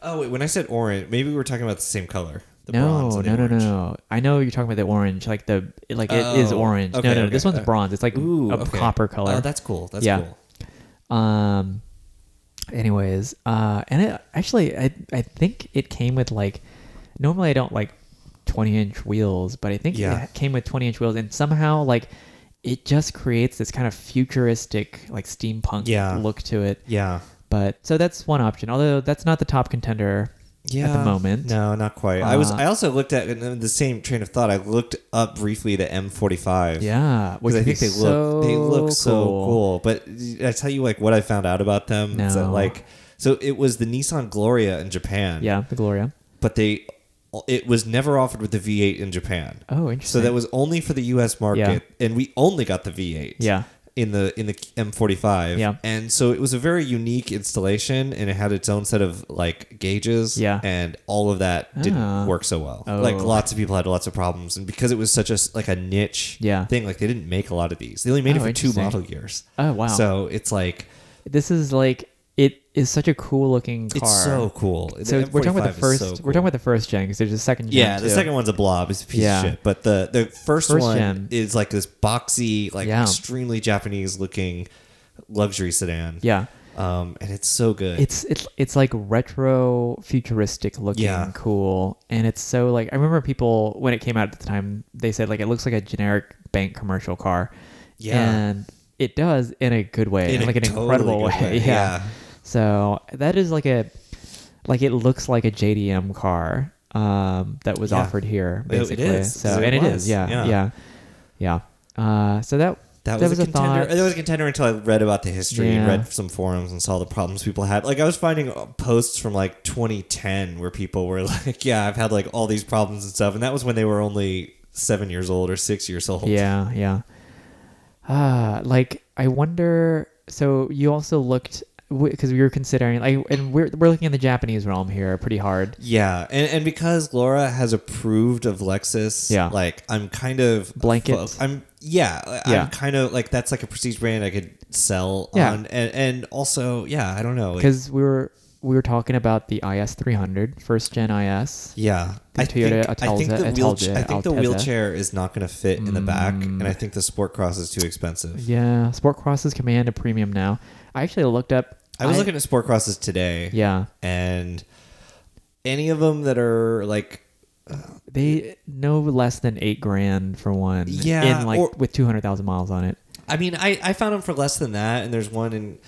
C: Oh wait, when I said orange, maybe we were talking about the same color. The
B: No,
C: bronze
B: no,
C: and the
B: no, no,
C: orange.
B: no. I know you're talking about the orange, like the like it is
C: Oh,
B: orange.
C: okay,
B: no, no,
C: okay,
B: this one's
C: okay.
B: bronze. It's like
C: Ooh,
B: a
C: okay.
B: copper color.
C: Oh, that's cool. That's
B: Yeah.
C: cool.
B: Um. Anyways, uh, and it actually, I I think it came with like, normally I don't like twenty inch wheels, but I think
C: Yeah.
B: it came with twenty inch wheels, and somehow like, it just creates this kind of futuristic like steampunk
C: Yeah.
B: look to it.
C: Yeah.
B: But so that's one option. Although that's not the top contender
C: Yeah.
B: at the moment.
C: No, not quite. I was.
B: Uh,
C: I also looked at in the same train of thought. I looked up briefly the M45.
B: Yeah, which
C: Because I
B: would be
C: think they
B: so
C: look they look
B: cool.
C: so cool. But I tell you, like what I found out about them is that
B: No.
C: like so it was the Nissan Gloria in Japan.
B: Yeah, the Gloria.
C: but they it was never offered with the V8 in Japan.
B: Oh,
C: So
B: interesting.
C: that was only for the U.S. market, and we only got the V8.
B: Yeah.
C: In the in the M45.
B: Yeah.
C: And so it was a very unique installation, and it had its own set of like gauges.
B: Yeah.
C: And all of that didn't
B: Ah.
C: work so well.
B: Oh.
C: Like lots of people had lots of problems, and because it was such a s- like a niche
B: Yeah.
C: thing, like they didn't make a lot of these. They only made
B: Oh,
C: it for two
B: interesting.
C: model years.
B: Oh, wow.
C: So it's like
B: This is like it is such a cool looking car.
C: it's so cool.
B: So
C: The
B: we're talking about the
C: M45 is
B: first.
C: so
B: We're
C: cool.
B: talking about the first gen because there's a second gen.
C: Yeah, the
B: too.
C: second one's a blob. It's a piece
B: Yeah.
C: of shit. But the the first,
B: First
C: one
B: gen.
C: is like this boxy, like
B: Yeah.
C: extremely Japanese looking luxury sedan.
B: Yeah,
C: Um, and it's so good.
B: it's it's it's like retro futuristic looking,
C: Yeah.
B: cool, and it's so like I remember people when it came out at the time they said like it looks like a generic bank commercial car.
C: Yeah.
B: and it does in a good way,
C: In a
B: like an
C: totally
B: incredible way.
C: good
B: <laughs>
C: way,
B: Yeah.
C: yeah.
B: So that is like a like it looks like a JDM car um, that was
C: Yeah.
B: offered here.
C: It- it
B: Basically,
C: is,
B: so
C: 'cause it
B: and it
C: was,
B: is, yeah,
C: yeah.
B: yeah. yeah. Uh, so that
C: that, was, a contender.
B: thought.
C: That was a contender until I read about the history
B: Yeah.
C: and read some forums and saw the problems people had. Like I was finding uh, posts from like 2010 where people were <laughs> like, "Yeah, I've had like all these problems and stuff," and that was when they were only seven years old or six years old.
B: yeah, yeah. Ah, like I wonder. So you also looked because we were considering like, and we're we're looking in the Japanese realm here pretty hard.
C: Yeah, and, and because Laura has approved of Lexus,
B: Yeah.
C: like I'm kind of
B: Blanket.
C: fo- I'm yeah, I-
B: Yeah.
C: I'm kind of like that's like a prestige brand I could sell
B: Yeah.
C: on, and and also yeah, I don't know, like,
B: Because we were we were talking about the IS 300 first gen IS.
C: yeah, I
B: Toyota
C: think, I think the
B: Altelza-
C: wheelchair, I
B: Altelza-
C: think the
B: Altelza.
C: wheelchair is not going to fit in the back,
B: Mm.
C: and I think the Sport Cross is too expensive.
B: Yeah, Sport Crosses command a premium now. I actually looked up.
C: I was looking at Sport Crosses today,
B: Yeah,
C: and any of them that are like
B: they no less than eight grand for one.
C: Yeah,
B: in like
C: or-
B: with two hundred thousand miles on it.
C: I mean, I, I found them for less than that, and there's one in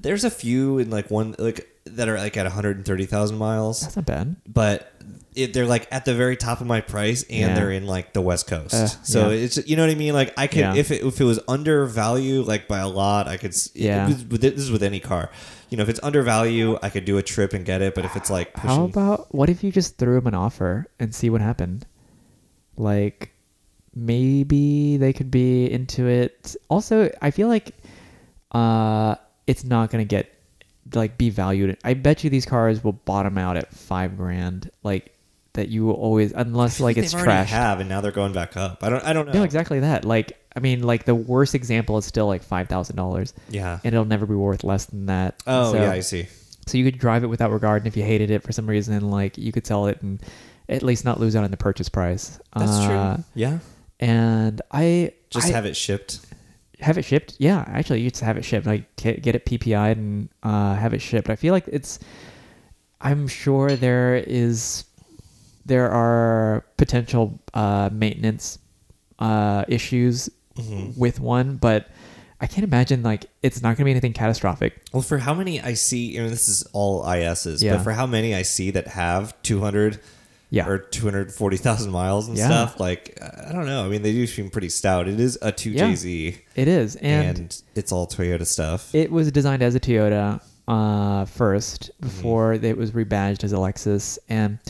C: there's a few in like one like that are like at 130,000 miles,
B: That's not bad.
C: but it, they're like at the very top of my price, and
B: Yeah.
C: they're in like the West Coast.
B: Uh,
C: so
B: yeah.
C: it's you know what I mean. Like I could
B: Yeah.
C: if it, if it was undervalue like by a lot, I could s- it-
B: Yeah.
C: It, was- this is with any car, you know, if it's undervalue, I could do a trip and get it, but if it's like pushing,
B: How about what if you just threw him an offer and see what happened? Like maybe they could be into it. Also, I feel like uh it's not gonna get like be valued. I bet you these cars will bottom out at five grand. Like that you will always unless like
C: They've
B: it's
C: already
B: trashed.
C: have, and now they're going back up. I don't I don't know.
B: No, exactly that. Like I mean, like the worst example is still like five thousand dollars.
C: Yeah.
B: and it'll never be worth less than that.
C: Oh
B: So-
C: yeah, I see.
B: so you could drive it without regard, and if you hated it for some reason, like you could sell it and at least not lose out on the purchase price.
C: That's
B: Uh,
C: true. Yeah.
B: And I
C: Just
B: I-
C: have it shipped.
B: have it shipped. Yeah, actually, you just have it shipped. Like get, get it PPI'd and uh, have it shipped. I feel like it's. I'm sure there is, there are potential uh, maintenance uh, issues
C: Mm-hmm.
B: with one, but I can't imagine like it's not going to be anything catastrophic.
C: Well, for how many I see, I mean, this is all ISs,
B: Yeah.
C: but for how many I see that have 200
B: Yeah.
C: or 240,000 miles and
B: Yeah.
C: stuff, like, I don't know. I mean, they do seem pretty stout. It is a 2JZ,
B: It is,
C: and, it's all Toyota stuff.
B: It was designed as a
C: Mm-hmm.
B: Toyota uh, first before it was rebadged as a Lexus, and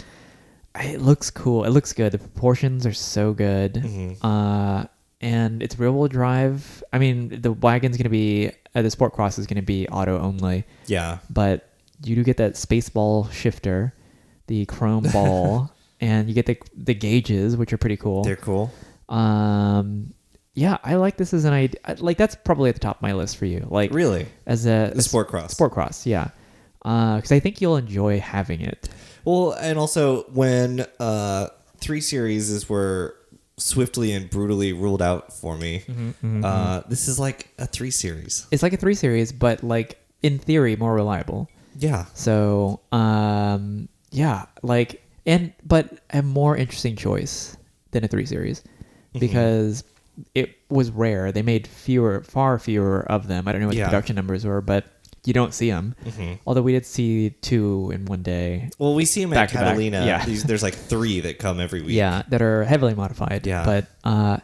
B: I- it looks cool. It looks good. The proportions are so good.
C: Mm-hmm.
B: Uh, and it's rear wheel drive. I mean, the wagon's going to be, uh, the Sport Cross is going to be auto only,
C: Yeah.
B: but you do get that space ball shifter, the chrome
C: <laughs>
B: ball, and you get the, the gauges, which are pretty cool.
C: They're cool.
B: Um, yeah, I like this as an idea. Like that's probably at the top of my list for you. Like
C: Really?
B: as a
C: The sport cross.
B: Sport cross, yeah. Because I think you'll enjoy having it.
C: Well, and also when uh, three series were swiftly and brutally ruled out for me,
B: Mm-hmm,
C: uh, this is like a three series.
B: It's like a three series, but like in theory more reliable.
C: Yeah.
B: So um, yeah, like and but a more interesting choice than a three series
C: Mm-hmm.
B: because it was rare. They made fewer, far fewer of them. I don't know what
C: Yeah. Mm-hmm.
B: the production numbers were, but you don't see them. Although we did see two in one day.
C: Well, we see them
B: Back
C: at
B: to back,
C: Catalina.
B: yeah.
C: These, there's like three that come every week.
B: yeah that are heavily modified
C: Yeah.
B: but uh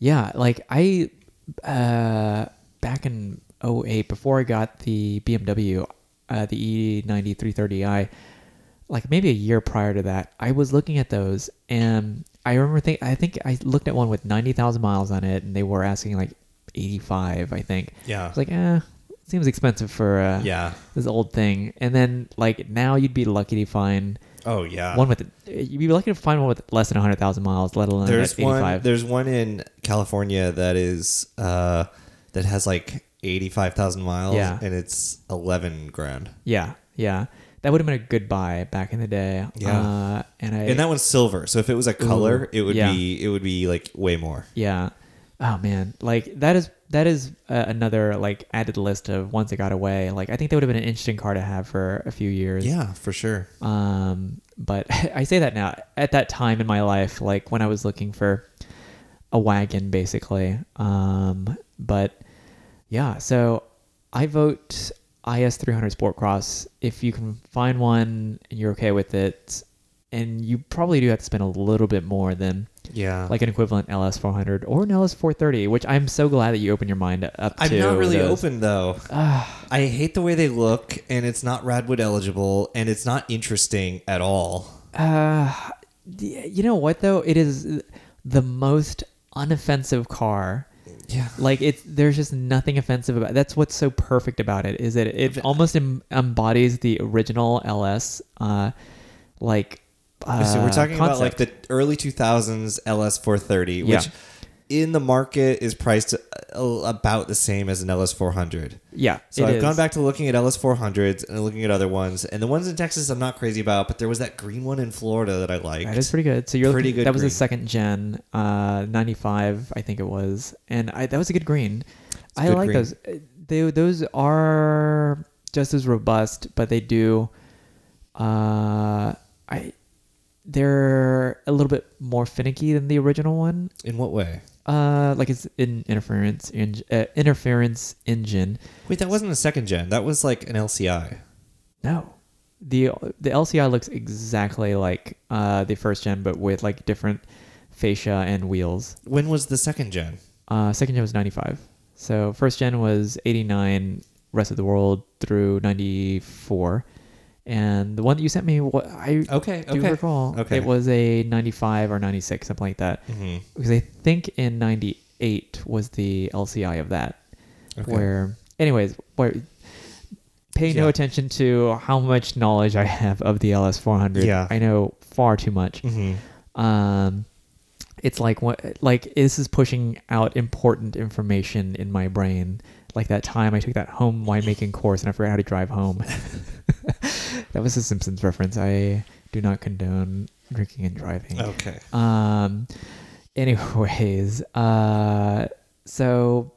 B: yeah like i uh back in 08 before i got the bmw uh the e90 330i like maybe a year prior to that i was looking at those and i remember think i think i looked at one with 90000 miles on it and they were asking like 85 i think
C: Yeah.
B: i was like eh seems expensive for uh
C: Yeah.
B: this old thing and then like now you'd be lucky to find
C: Oh yeah.
B: Uh, one with you'd be lucky to find one with less than 100,000 miles, let alone
C: there's
B: at
C: one.
B: 85.
C: There's one in California that is uh, that has like eighty five thousand miles.
B: Yeah.
C: And it's eleven grand.
B: yeah, yeah. That would have been a good buy back in the day.
C: Yeah.
B: Uh, and I
C: And that one's silver. So if it was a color, it would
B: yeah.
C: be it would be like way more.
B: yeah. Oh man, like that is that is uh, another like added list of ones that got away. Like I think that would have been an interesting car to have for a few years.
C: Yeah, for sure.
B: Um, but <laughs> I say that now. At that time in my life, like when I was looking for a wagon, basically. Um, but yeah, so I vote IS 300 Sport Cross. If you can find one and you're okay with it, and you probably do have to spend a little bit more than
C: Yeah.
B: like an equivalent LS 400 or an LS 430, which I'm so glad that you opened your mind up to.
C: I'm not really
B: those. Ah.
C: open though. I hate the way they look, and it's not Radwood eligible, and it's not interesting at all.
B: Uh, Y- you know what though it is the most unoffensive car
C: Yeah.
B: like it's there's just nothing offensive about that's what's so perfect about it is that it almost em- embodies the original ls uh like uh,
C: so we're talking about like
B: concept.
C: the early 2000s LS430,
B: Yeah.
C: which in the market is priced uh, about the same as an LS400.
B: yeah
C: So
B: it
C: I've
B: is.
C: gone back to looking at LS400s and looking at other ones, and the ones in Texas I'm not crazy about, but there was that green one in Florida that I liked.
B: that is pretty good so you're
C: Pretty
B: looking,
C: good
B: that was the
C: green.
B: second gen uh 95 i think it was and i that was a good green i
C: good
B: like
C: green.
B: those Uh, they those are just as robust but they do uh i they're a little bit more finicky than the original one
C: in what way?
B: uh like it's an interference in, uh, interference engine
C: Wait, that wasn't a second gen. That was like an LCI.
B: no the the lci looks exactly like uh the first gen but with like different fascia and wheels
C: When was the second gen?
B: uh second gen was 95 so first gen was 89 rest of the world through 94 and the one that you sent me what i
C: Okay,
B: do
C: okay.
B: recall
C: Okay.
B: it
C: Mm-hmm.
B: was a 95 or 96 something like that because i think in 98 was the lci of that where anyways where pay no
C: Yeah.
B: attention to how much knowledge i have of the ls400
C: Yeah.
B: i know far too much
C: Mm-hmm.
B: um it's like what like this is pushing out important information in my brain like that time i took that home winemaking course and i forgot how to drive home <laughs> that was a simpsons reference i do not condone drinking and driving
C: Okay.
B: um anyways uh so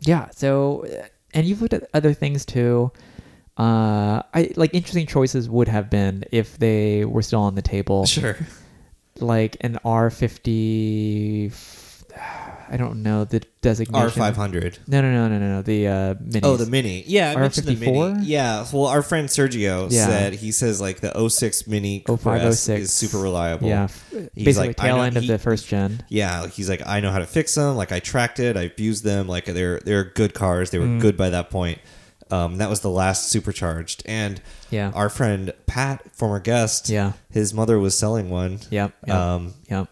B: yeah so uh, and you've looked at other things too uh i like interesting choices would have been if they were still on the table
C: Sure.
B: like an R50. I don't know the designation.
C: R500.
B: No, no, no, no, no, no. The uh, minis.
C: Oh, the Mini. Yeah, I mentioned the
B: R54?
C: Mini. Yeah. Well, our friend Sergio
B: Yeah.
C: said he says like the 06 Mini
B: Oh,
C: Cooper S
B: 0506
C: is super reliable.
B: Yeah, f- basically
C: like, I
B: tail
C: know-
B: end of
C: he-
B: the first gen.
C: Yeah, like, he's like I
B: Mm.
C: know how to fix them. Like I tracked it, I've used them. Like they're they're good cars. They were good by that point. Um, that was the last supercharged, and
B: Yeah.
C: our friend Pat, former guest,
B: Yeah.
C: his mother was selling one.
B: Yep. Yep.
C: Um,
B: yep.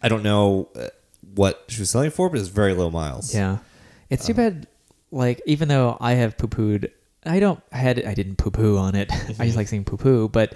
C: I don't know uh, what she was selling for, but it's very low miles.
B: Yeah. It's too
C: uh,
B: bad like even though I have poo pooed I don't I had I didn't poo poo on it. <laughs> I just like saying poo poo, but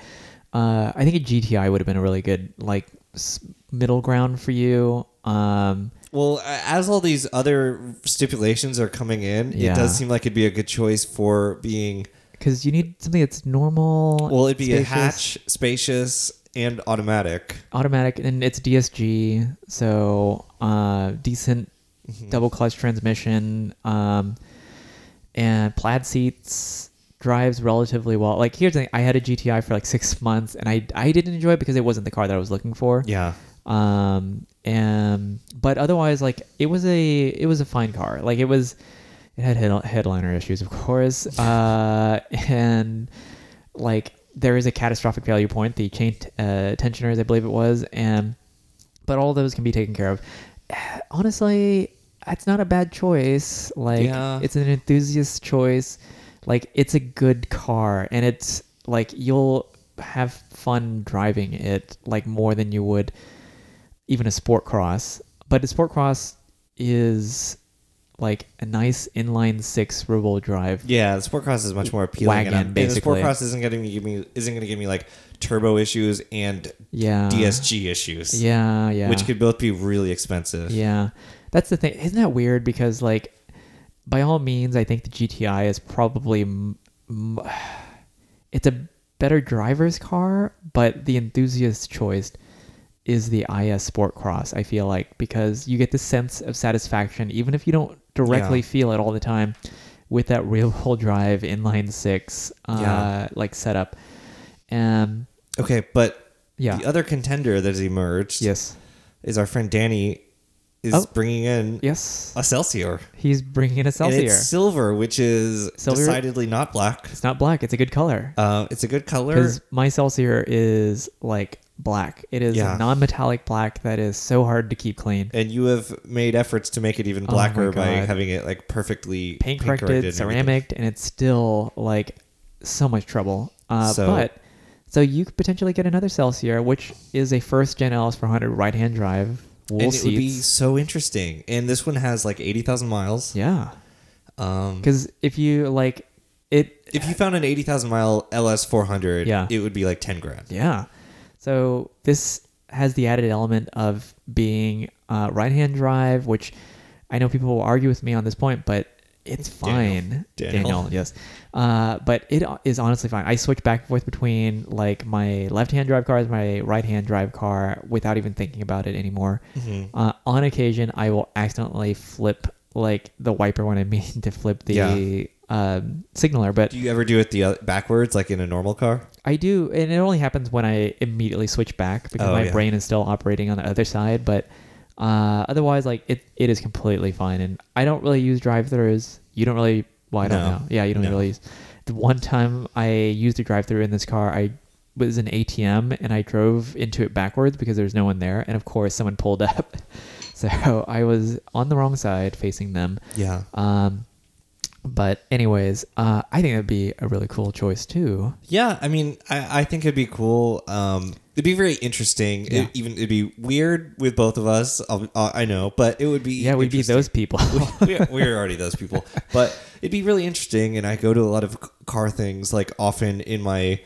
B: uh, I think a GTI would have been a really good like s- middle ground for you. Um,
C: Well, a- as all these other stipulations are coming in,
B: Yeah.
C: it does seem like it'd be a good choice for being.
B: because you need something that's normal.
C: Well, it'd be
B: spacious,
C: a hatch, spacious, and automatic.
B: automatic, and it's DSG, so uh, decent double clutch transmission, um, and plaid seats. Drives relatively well. Like here's the thing: I had a GTI for like six months, and I I didn't enjoy it because it wasn't the car that I was looking for.
C: Yeah.
B: um and but otherwise like it was a it was a fine car like it was it had head, headliner issues of course <laughs> uh and like there is a catastrophic failure point the chain t- uh, tensioners i believe it was and but all those can be taken care of <sighs> honestly it's not a bad choice like
C: Yeah.
B: it's an enthusiast choice like it's a good car and it's like you'll have fun driving it like more than you would even a sport cross but a sport cross is like a nice inline six rear-wheel drive
C: Yeah, the sport cross is much more appealing.
B: Wagon,
C: and, I'm- and the
B: basically.
C: sport cross isn't getting me, give me isn't going to give me like turbo issues and
B: yeah
C: DSG issues.
B: yeah yeah
C: Which could both be really expensive.
B: Yeah. That's the thing. Isn't that weird? Because, like, by all means, I think the GTI is probably. M- m- <sighs> it's a better driver's car, but the enthusiast choice is the IS Sport Cross, I feel like, because you get the sense of satisfaction, even if you don't directly
C: Yeah.
B: feel it all the time, with that <laughs> real wheel drive inline six, uh,
C: Yeah.
B: like setup. Um,
C: Okay, but
B: Yeah.
C: the other contender that has emerged
B: yes.
C: is our friend Danny is
B: Oh.
C: bringing in
B: Yes.
C: a Celsior.
B: He's bringing a
C: And
B: Celsior.
C: it's
B: It's,
C: silver, which is
B: Silver?
C: decidedly not black.
B: not black. It's a good color.
C: Uh, it's a good color.
B: because my Celsior is like black. It is
C: Yeah.
B: a non-metallic black that is so hard to keep clean.
C: And you have made efforts to make it even
B: Oh my
C: blacker by
B: God.
C: having it like perfectly
B: Paint corrected,
C: and everything.
B: ceramic, and it's still like so much trouble. Uh,
C: So-
B: but so you could potentially get another Celsior, which is a first gen LS400 right-hand drive wool
C: and it would be
B: seats.
C: so interesting. And this one has like eighty thousand miles.
B: yeah,
C: Um,
B: because if you like it,
C: if you found an eighty thousand mile LS four hundred,
B: Yeah.
C: it would be like ten grand.
B: Yeah. So this has the added element of being uh, right hand drive, which I know people will argue with me on this point, but it's fine.
C: <laughs> Daniel.
B: yes. Uh, but it is honestly fine. I switch back and forth between like my left hand drive car as my right hand drive car without even thinking about it anymore.
C: Mm-hmm.
B: Uh, on occasion, I will accidentally flip like the wiper when I <laughs> mean to flip the
C: Yeah.
B: um, signaler, but
C: Do you ever do it the uh, backwards, like in a normal car?
B: I do, and it only happens when I immediately switch back because
C: Oh,
B: my
C: yeah.
B: brain is still operating on the other side. But uh, otherwise, like it, it is completely fine. And I don't really use drive-throughs. You don't really. Well, I don't
C: No.
B: know. Yeah, you don't
C: No.
B: really use. The one time I used a drive-through in this car, I was an ATM and I drove into it backwards because there was no one there, and of course someone pulled <laughs> up, so I was on the wrong side facing them.
C: Yeah.
B: Um, but anyways, uh, I think that'd be a really cool choice too.
C: Yeah, I mean, I, I think it'd be cool. Um, it'd be very interesting. It-
B: Yeah.
C: even it'd be weird with both of us. I'll, I I know, but it would be.
B: Yeah, we'd be
C: interesting.
B: those people. <laughs>
C: <laughs> we, we're already those people. But it'd be really interesting. And I go to a lot of c- car things, like often in my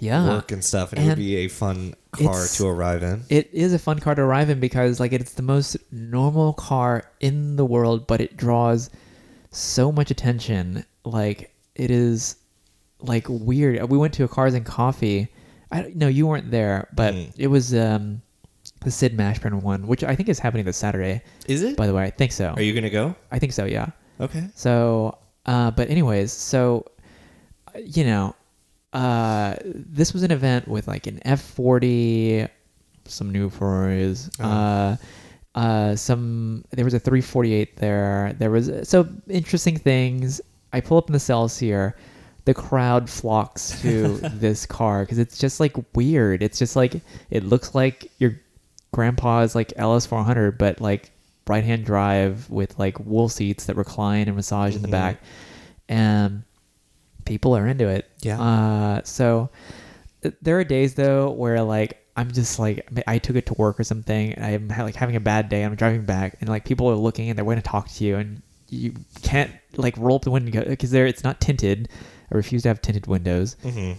B: yeah.
C: work and stuff, and, it would
B: Uh-huh. And
C: be a fun car
B: it's-
C: to arrive in.
B: It is a fun car to arrive in because like it's the most normal car in the world, but it draws so much attention. Like it is like weird. We went to a Cars and Coffee. I don't, no, you weren't there, but
C: Mm.
B: it was um the Sid Mashburn one, which I think is happening this Saturday.
C: Is it?
B: By the way, I think so.
C: Are you gonna go?
B: I think so. Yeah.
C: Okay.
B: So, uh, but anyways, so uh, you know, uh, this was an event with like an F forty, some new Ferraris, uh, uh, some there was a three forty eight there. There was so interesting things. I pull up in the cells here. The crowd flocks to this car because it's just like weird. It's just like it looks like you're grandpa's like LS400, but like right hand drive with like wool seats that recline and massage in the back. And people are into it.
C: Yeah.
B: Uh, so uh, there are days though where like I'm just like I took it to work or something. And I'm ha- like having a bad day. I'm driving back and like people are looking and they're going to talk to you and you can't like roll up the window because there it's not tinted. I refuse to have tinted windows.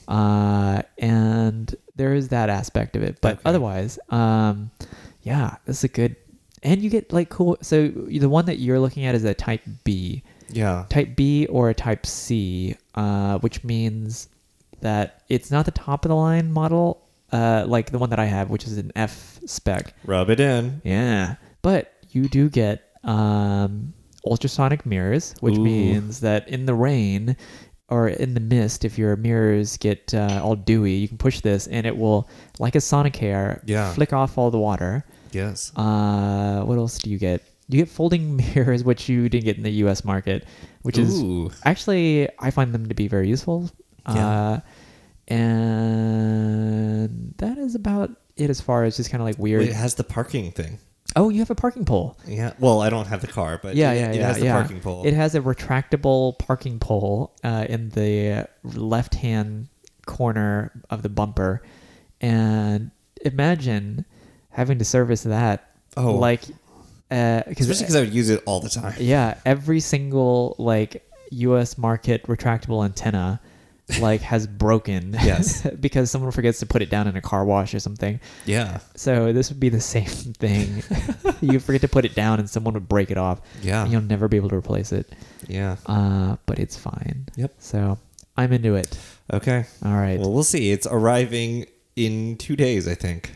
B: Uh, and there is that aspect of it, but otherwise, um, yeah, this is a good. And you get like cool. So the one that you're looking at is a Type B
C: Yeah.
B: type B or a type C, uh, which means that it's not the top of the line model, uh, like the one that I have, which is an F spec.
C: Rub it in.
B: Yeah. But you do get um, ultrasonic mirrors, which means that in the rain or in the mist, if your mirrors get uh, all dewy, you can push this and it will, like a sonic hair,
C: Yeah.
B: flick off all the water.
C: Yes.
B: Uh, what else do you get? You get folding <laughs> mirrors, which you didn't get in the U.S. market, which
C: Ooh.
B: is actually I find them to be very useful. Uh, and that is about it as far as just kind of like weird.
C: It has the parking thing.
B: oh, you have a parking pole.
C: Yeah. Well, I don't have the car, but
B: Yeah,
C: it,
B: yeah,
C: it
B: yeah,
C: has the
B: yeah.
C: parking pole.
B: It has a retractable parking pole uh, in the left-hand corner of the bumper, and imagine having to service that.
C: Oh.
B: like uh, because
C: Especially because I would use it all the time.
B: yeah, every single like U.S. market retractable antenna like has broken. <laughs>
C: Yes.
B: because someone forgets to put it down in a car wash or something.
C: Yeah.
B: So this would be the <laughs> same
C: <laughs>
B: thing. you forget to put it down, and someone would break it off.
C: Yeah.
B: and you'll never be able to replace it.
C: Yeah.
B: Uh, but it's fine.
C: Yep.
B: So I'm into it.
C: Okay.
B: All right.
C: Well, we'll see. It's arriving in two days, I think.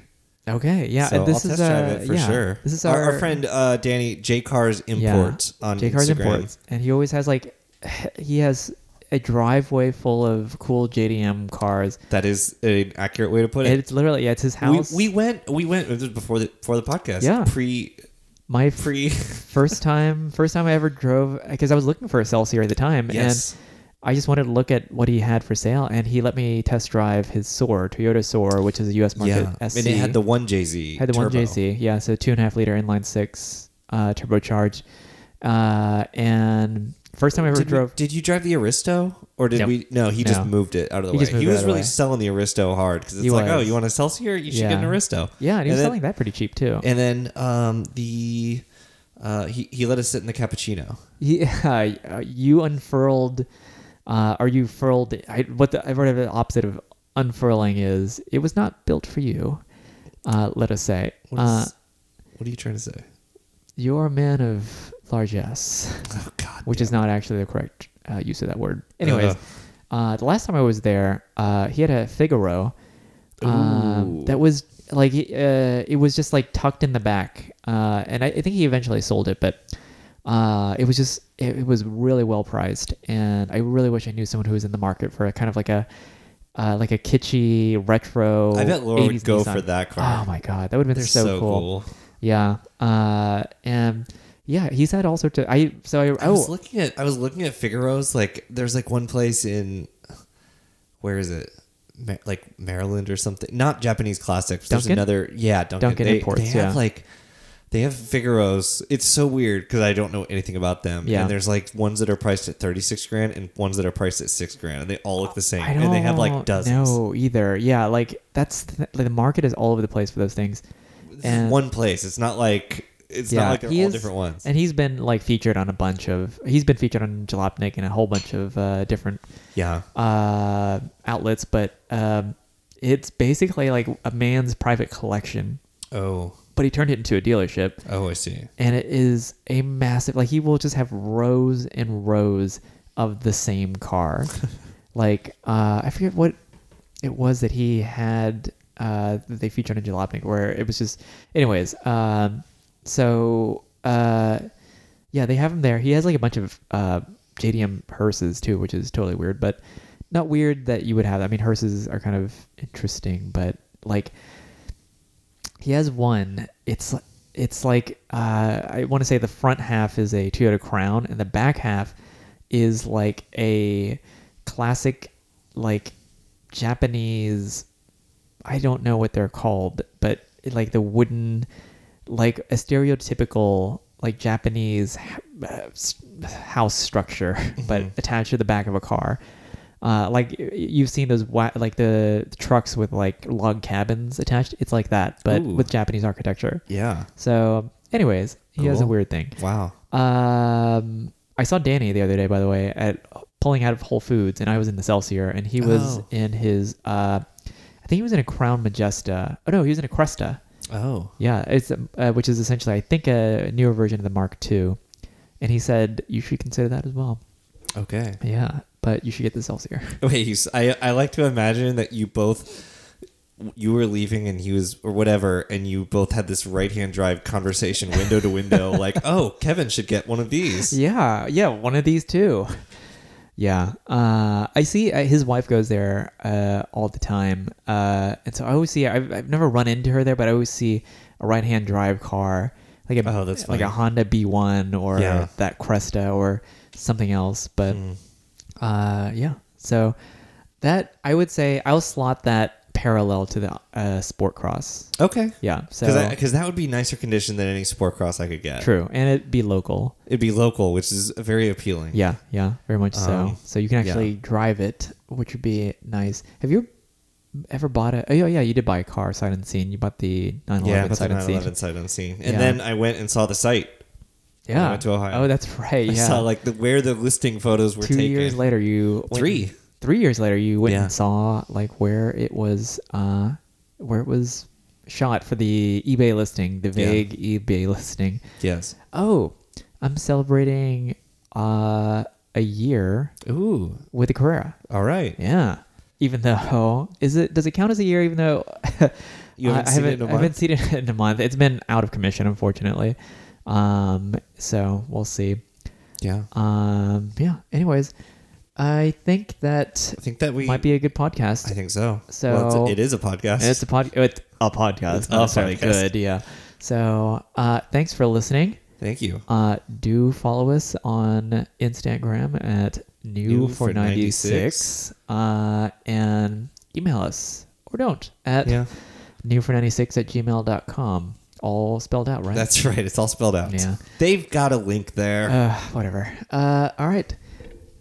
B: okay. Yeah.
C: So
B: and this
C: I'll
B: is
C: test drive
B: uh,
C: it for
B: yeah,
C: sure.
B: This is
C: our,
B: our,
C: our friend uh, Danny J Cars Imports on
B: J Cars
C: Instagram.
B: Imports, and he always has like <sighs> he has a driveway full of cool JDM cars.
C: That is an accurate way to put it.
B: It's literally yeah, it's his
C: we,
B: house.
C: we went. We went this was before the before the podcast.
B: Yeah.
C: Pre <laughs>
B: my f-
C: pre.
B: first time first time I ever drove because I was looking for a Celsior at the time
C: Yes.
B: and I just wanted to look at what he had for sale and he let me test drive his Soar Toyota Soar which is a U.S. market
C: yeah.
B: SC.
C: And it had the one Jay Z.
B: Had the one JC, yeah. So two and a half liter inline six, uh, turbocharged, uh, and first time I ever
C: Did, we-
B: drove.
C: did you drive the Aristo or did
B: No.
C: we? No, he just
B: No.
C: moved it out of the
B: He
C: way.
B: just moved
C: He
B: it out
C: was
B: of the
C: really
B: way.
C: selling the Aristo hard because it's
B: He
C: like,
B: was.
C: oh, you want a Celsior? You should get an Aristo.
B: Yeah, and he was
C: then-
B: selling that pretty cheap too.
C: And then um, the uh, he he let us sit in the cappuccino.
B: Yeah, <laughs> uh, you unfurled. Uh, are you furled? I, what the, I've heard of the opposite of unfurling is it was not built for you. Uh, let us say
C: What, is,
B: uh,
C: what are you trying to say?
B: you're a man of largesse,
C: Oh God!
B: which is not actually the correct uh, use of that word. Anyways,
C: Uh.
B: uh, the last time I was there, uh, he had a Figaro um, that was like uh, it was just like tucked in the back, uh, and I, I think he eventually sold it, but uh, it was just it, it was really well priced, and I really wish I knew someone who was in the market for a kind of like a uh, like a kitschy retro.
C: I bet Laura would
B: 80s
C: go
B: Nissan.
C: for that car.
B: Oh my god, that would have been
C: They're
B: so,
C: so
B: cool.
C: cool.
B: Yeah, uh, and yeah, he's had all sorts of. I so I,
C: I was
B: oh
C: looking at I was looking at Figaro's. Like there's like one place in where is it? Ma- like Maryland or something. Not Japanese classics. There's
B: Duncan?
C: another yeah, Duncan.
B: Duncan
C: they,
B: Imports,
C: They have
B: yeah.
C: like they have Figaro's. It's so weird because I don't know anything about them.
B: Yeah.
C: And there's like ones that are priced at thirty six grand and ones that are priced at six grand, and they all look the same. and they have like dozens.
B: No, either. Yeah, like that's th- like, the market is all over the place for those things. And
C: one place. It's not like it's
B: yeah,
C: not like they're
B: he
C: all
B: is-
C: different ones.
B: And he's been like featured on a bunch of. He's been featured on Jalopnik and a whole bunch of uh, different
C: yeah.
B: uh, outlets, but um, it's basically like a man's private collection.
C: Oh.
B: But he turned it into a dealership.
C: Oh, I see.
B: and it is a massive like he will just have rows and rows of the same car like uh i forget what it was that he had uh that they featured in jalopnik where it was just anyways um so uh yeah they have him there he has like a bunch of uh jdm hearses too which is totally weird but not weird that you would have i mean hearses are kind of interesting but like he has one. It's it's like uh, I want to say the front half is a Toyota Crown, and the back half is like a classic, like Japanese. I don't know what they're called, but like the wooden, like a stereotypical like <laughs> Japanese h- uh, s- house structure, but attached to the back of a car. uh, like y- you've seen those wa- like the trucks with like log cabins attached. It's like that, but
C: Ooh.
B: with Japanese architecture.
C: Yeah.
B: So, anyways, he has a
C: Cool.
B: weird thing.
C: Wow.
B: Um, I saw Danny the other day, by the way, at pulling out of Whole Foods, and I was in the Celsior, and he was
C: Oh.
B: in his. Uh, I think he was in a Crown Majesta. Oh no, he was in a Cresta.
C: Oh.
B: Yeah, it's um, uh, which is essentially, I think, a newer version of the Mark II. And he said you should consider that as well. <laughs>
C: Okay.
B: Yeah, but you should get the Celsior. <laughs>
C: Wait, you, s- I I like to imagine that you both you were leaving and he was or whatever, and you both had this right hand drive conversation window to
B: <laughs>
C: window, like, oh, Kevin should get one of these.
B: yeah, yeah, one of these two. Yeah, uh, I see. Uh, his wife goes there uh, all the time, uh, and so I always see. I've, I've never run into her there, but I always see a right-hand drive car, like a
C: Oh, that's
B: like a
C: funny.
B: Honda B1 or
C: Yeah. Hmm.
B: that Cresta or something else. But uh, yeah, so that I would say I'll slot that parallel to the uh, Sport Cross.
C: Okay.
B: Yeah, so
C: Because that would be nicer condition than any sport cross I could get.
B: true, and it'd be local.
C: It'd be local, which is very appealing.
B: Yeah, yeah, very much so.
C: Um,
B: So you can actually
C: yeah.
B: drive it, which would be nice. Have you ever bought a? Oh yeah, yeah, you did buy a car sight unseen. You bought the 911
C: Yeah, but the
B: sight
C: 911
B: unseen.
C: side unseen. And
B: Yeah.
C: then I went and saw the site. when I
B: Yeah.
C: went to Ohio.
B: Oh, that's right.
C: <laughs> I
B: Yeah.
C: saw like the where the listing photos were
B: Two
C: taken.
B: years later, you went-
C: Three.
B: Three years later, you went
C: Yeah.
B: and saw like where it was, uh, where it was shot for the eBay listing, the
C: Yeah.
B: vague eBay <laughs> listing.
C: Yes.
B: Oh, I'm celebrating uh, a year
C: Ooh.
B: with a Carrera.
C: All right.
B: Yeah. Even though is it does it count as a year? Even though
C: <laughs> You haven't
B: I
C: seen it
B: haven't,
C: in a
B: I haven't
C: month?
B: seen it <laughs> in a month. It's been out of commission, unfortunately. Um, so we'll see.
C: Yeah.
B: Um, yeah. Anyways, I think that
C: I think that we
B: might be a good podcast.
C: I think so.
B: So-
C: well, it's, it is a podcast.
B: And it's a pod. It's a podcast.
C: It's a
B: not very
C: podcast.
B: good. Yeah. So uh, thanks for listening.
C: Thank you.
B: Uh, do follow us on Instagram at new
C: New
B: for
C: for
B: 96 uh, and email us or don't at
C: Yeah.
B: new for 96 at gmail.com. All spelled out, right?
C: That's <laughs> right. It's all spelled out.
B: Yeah.
C: They've got a link there.
B: uh, whatever. Uh, all right.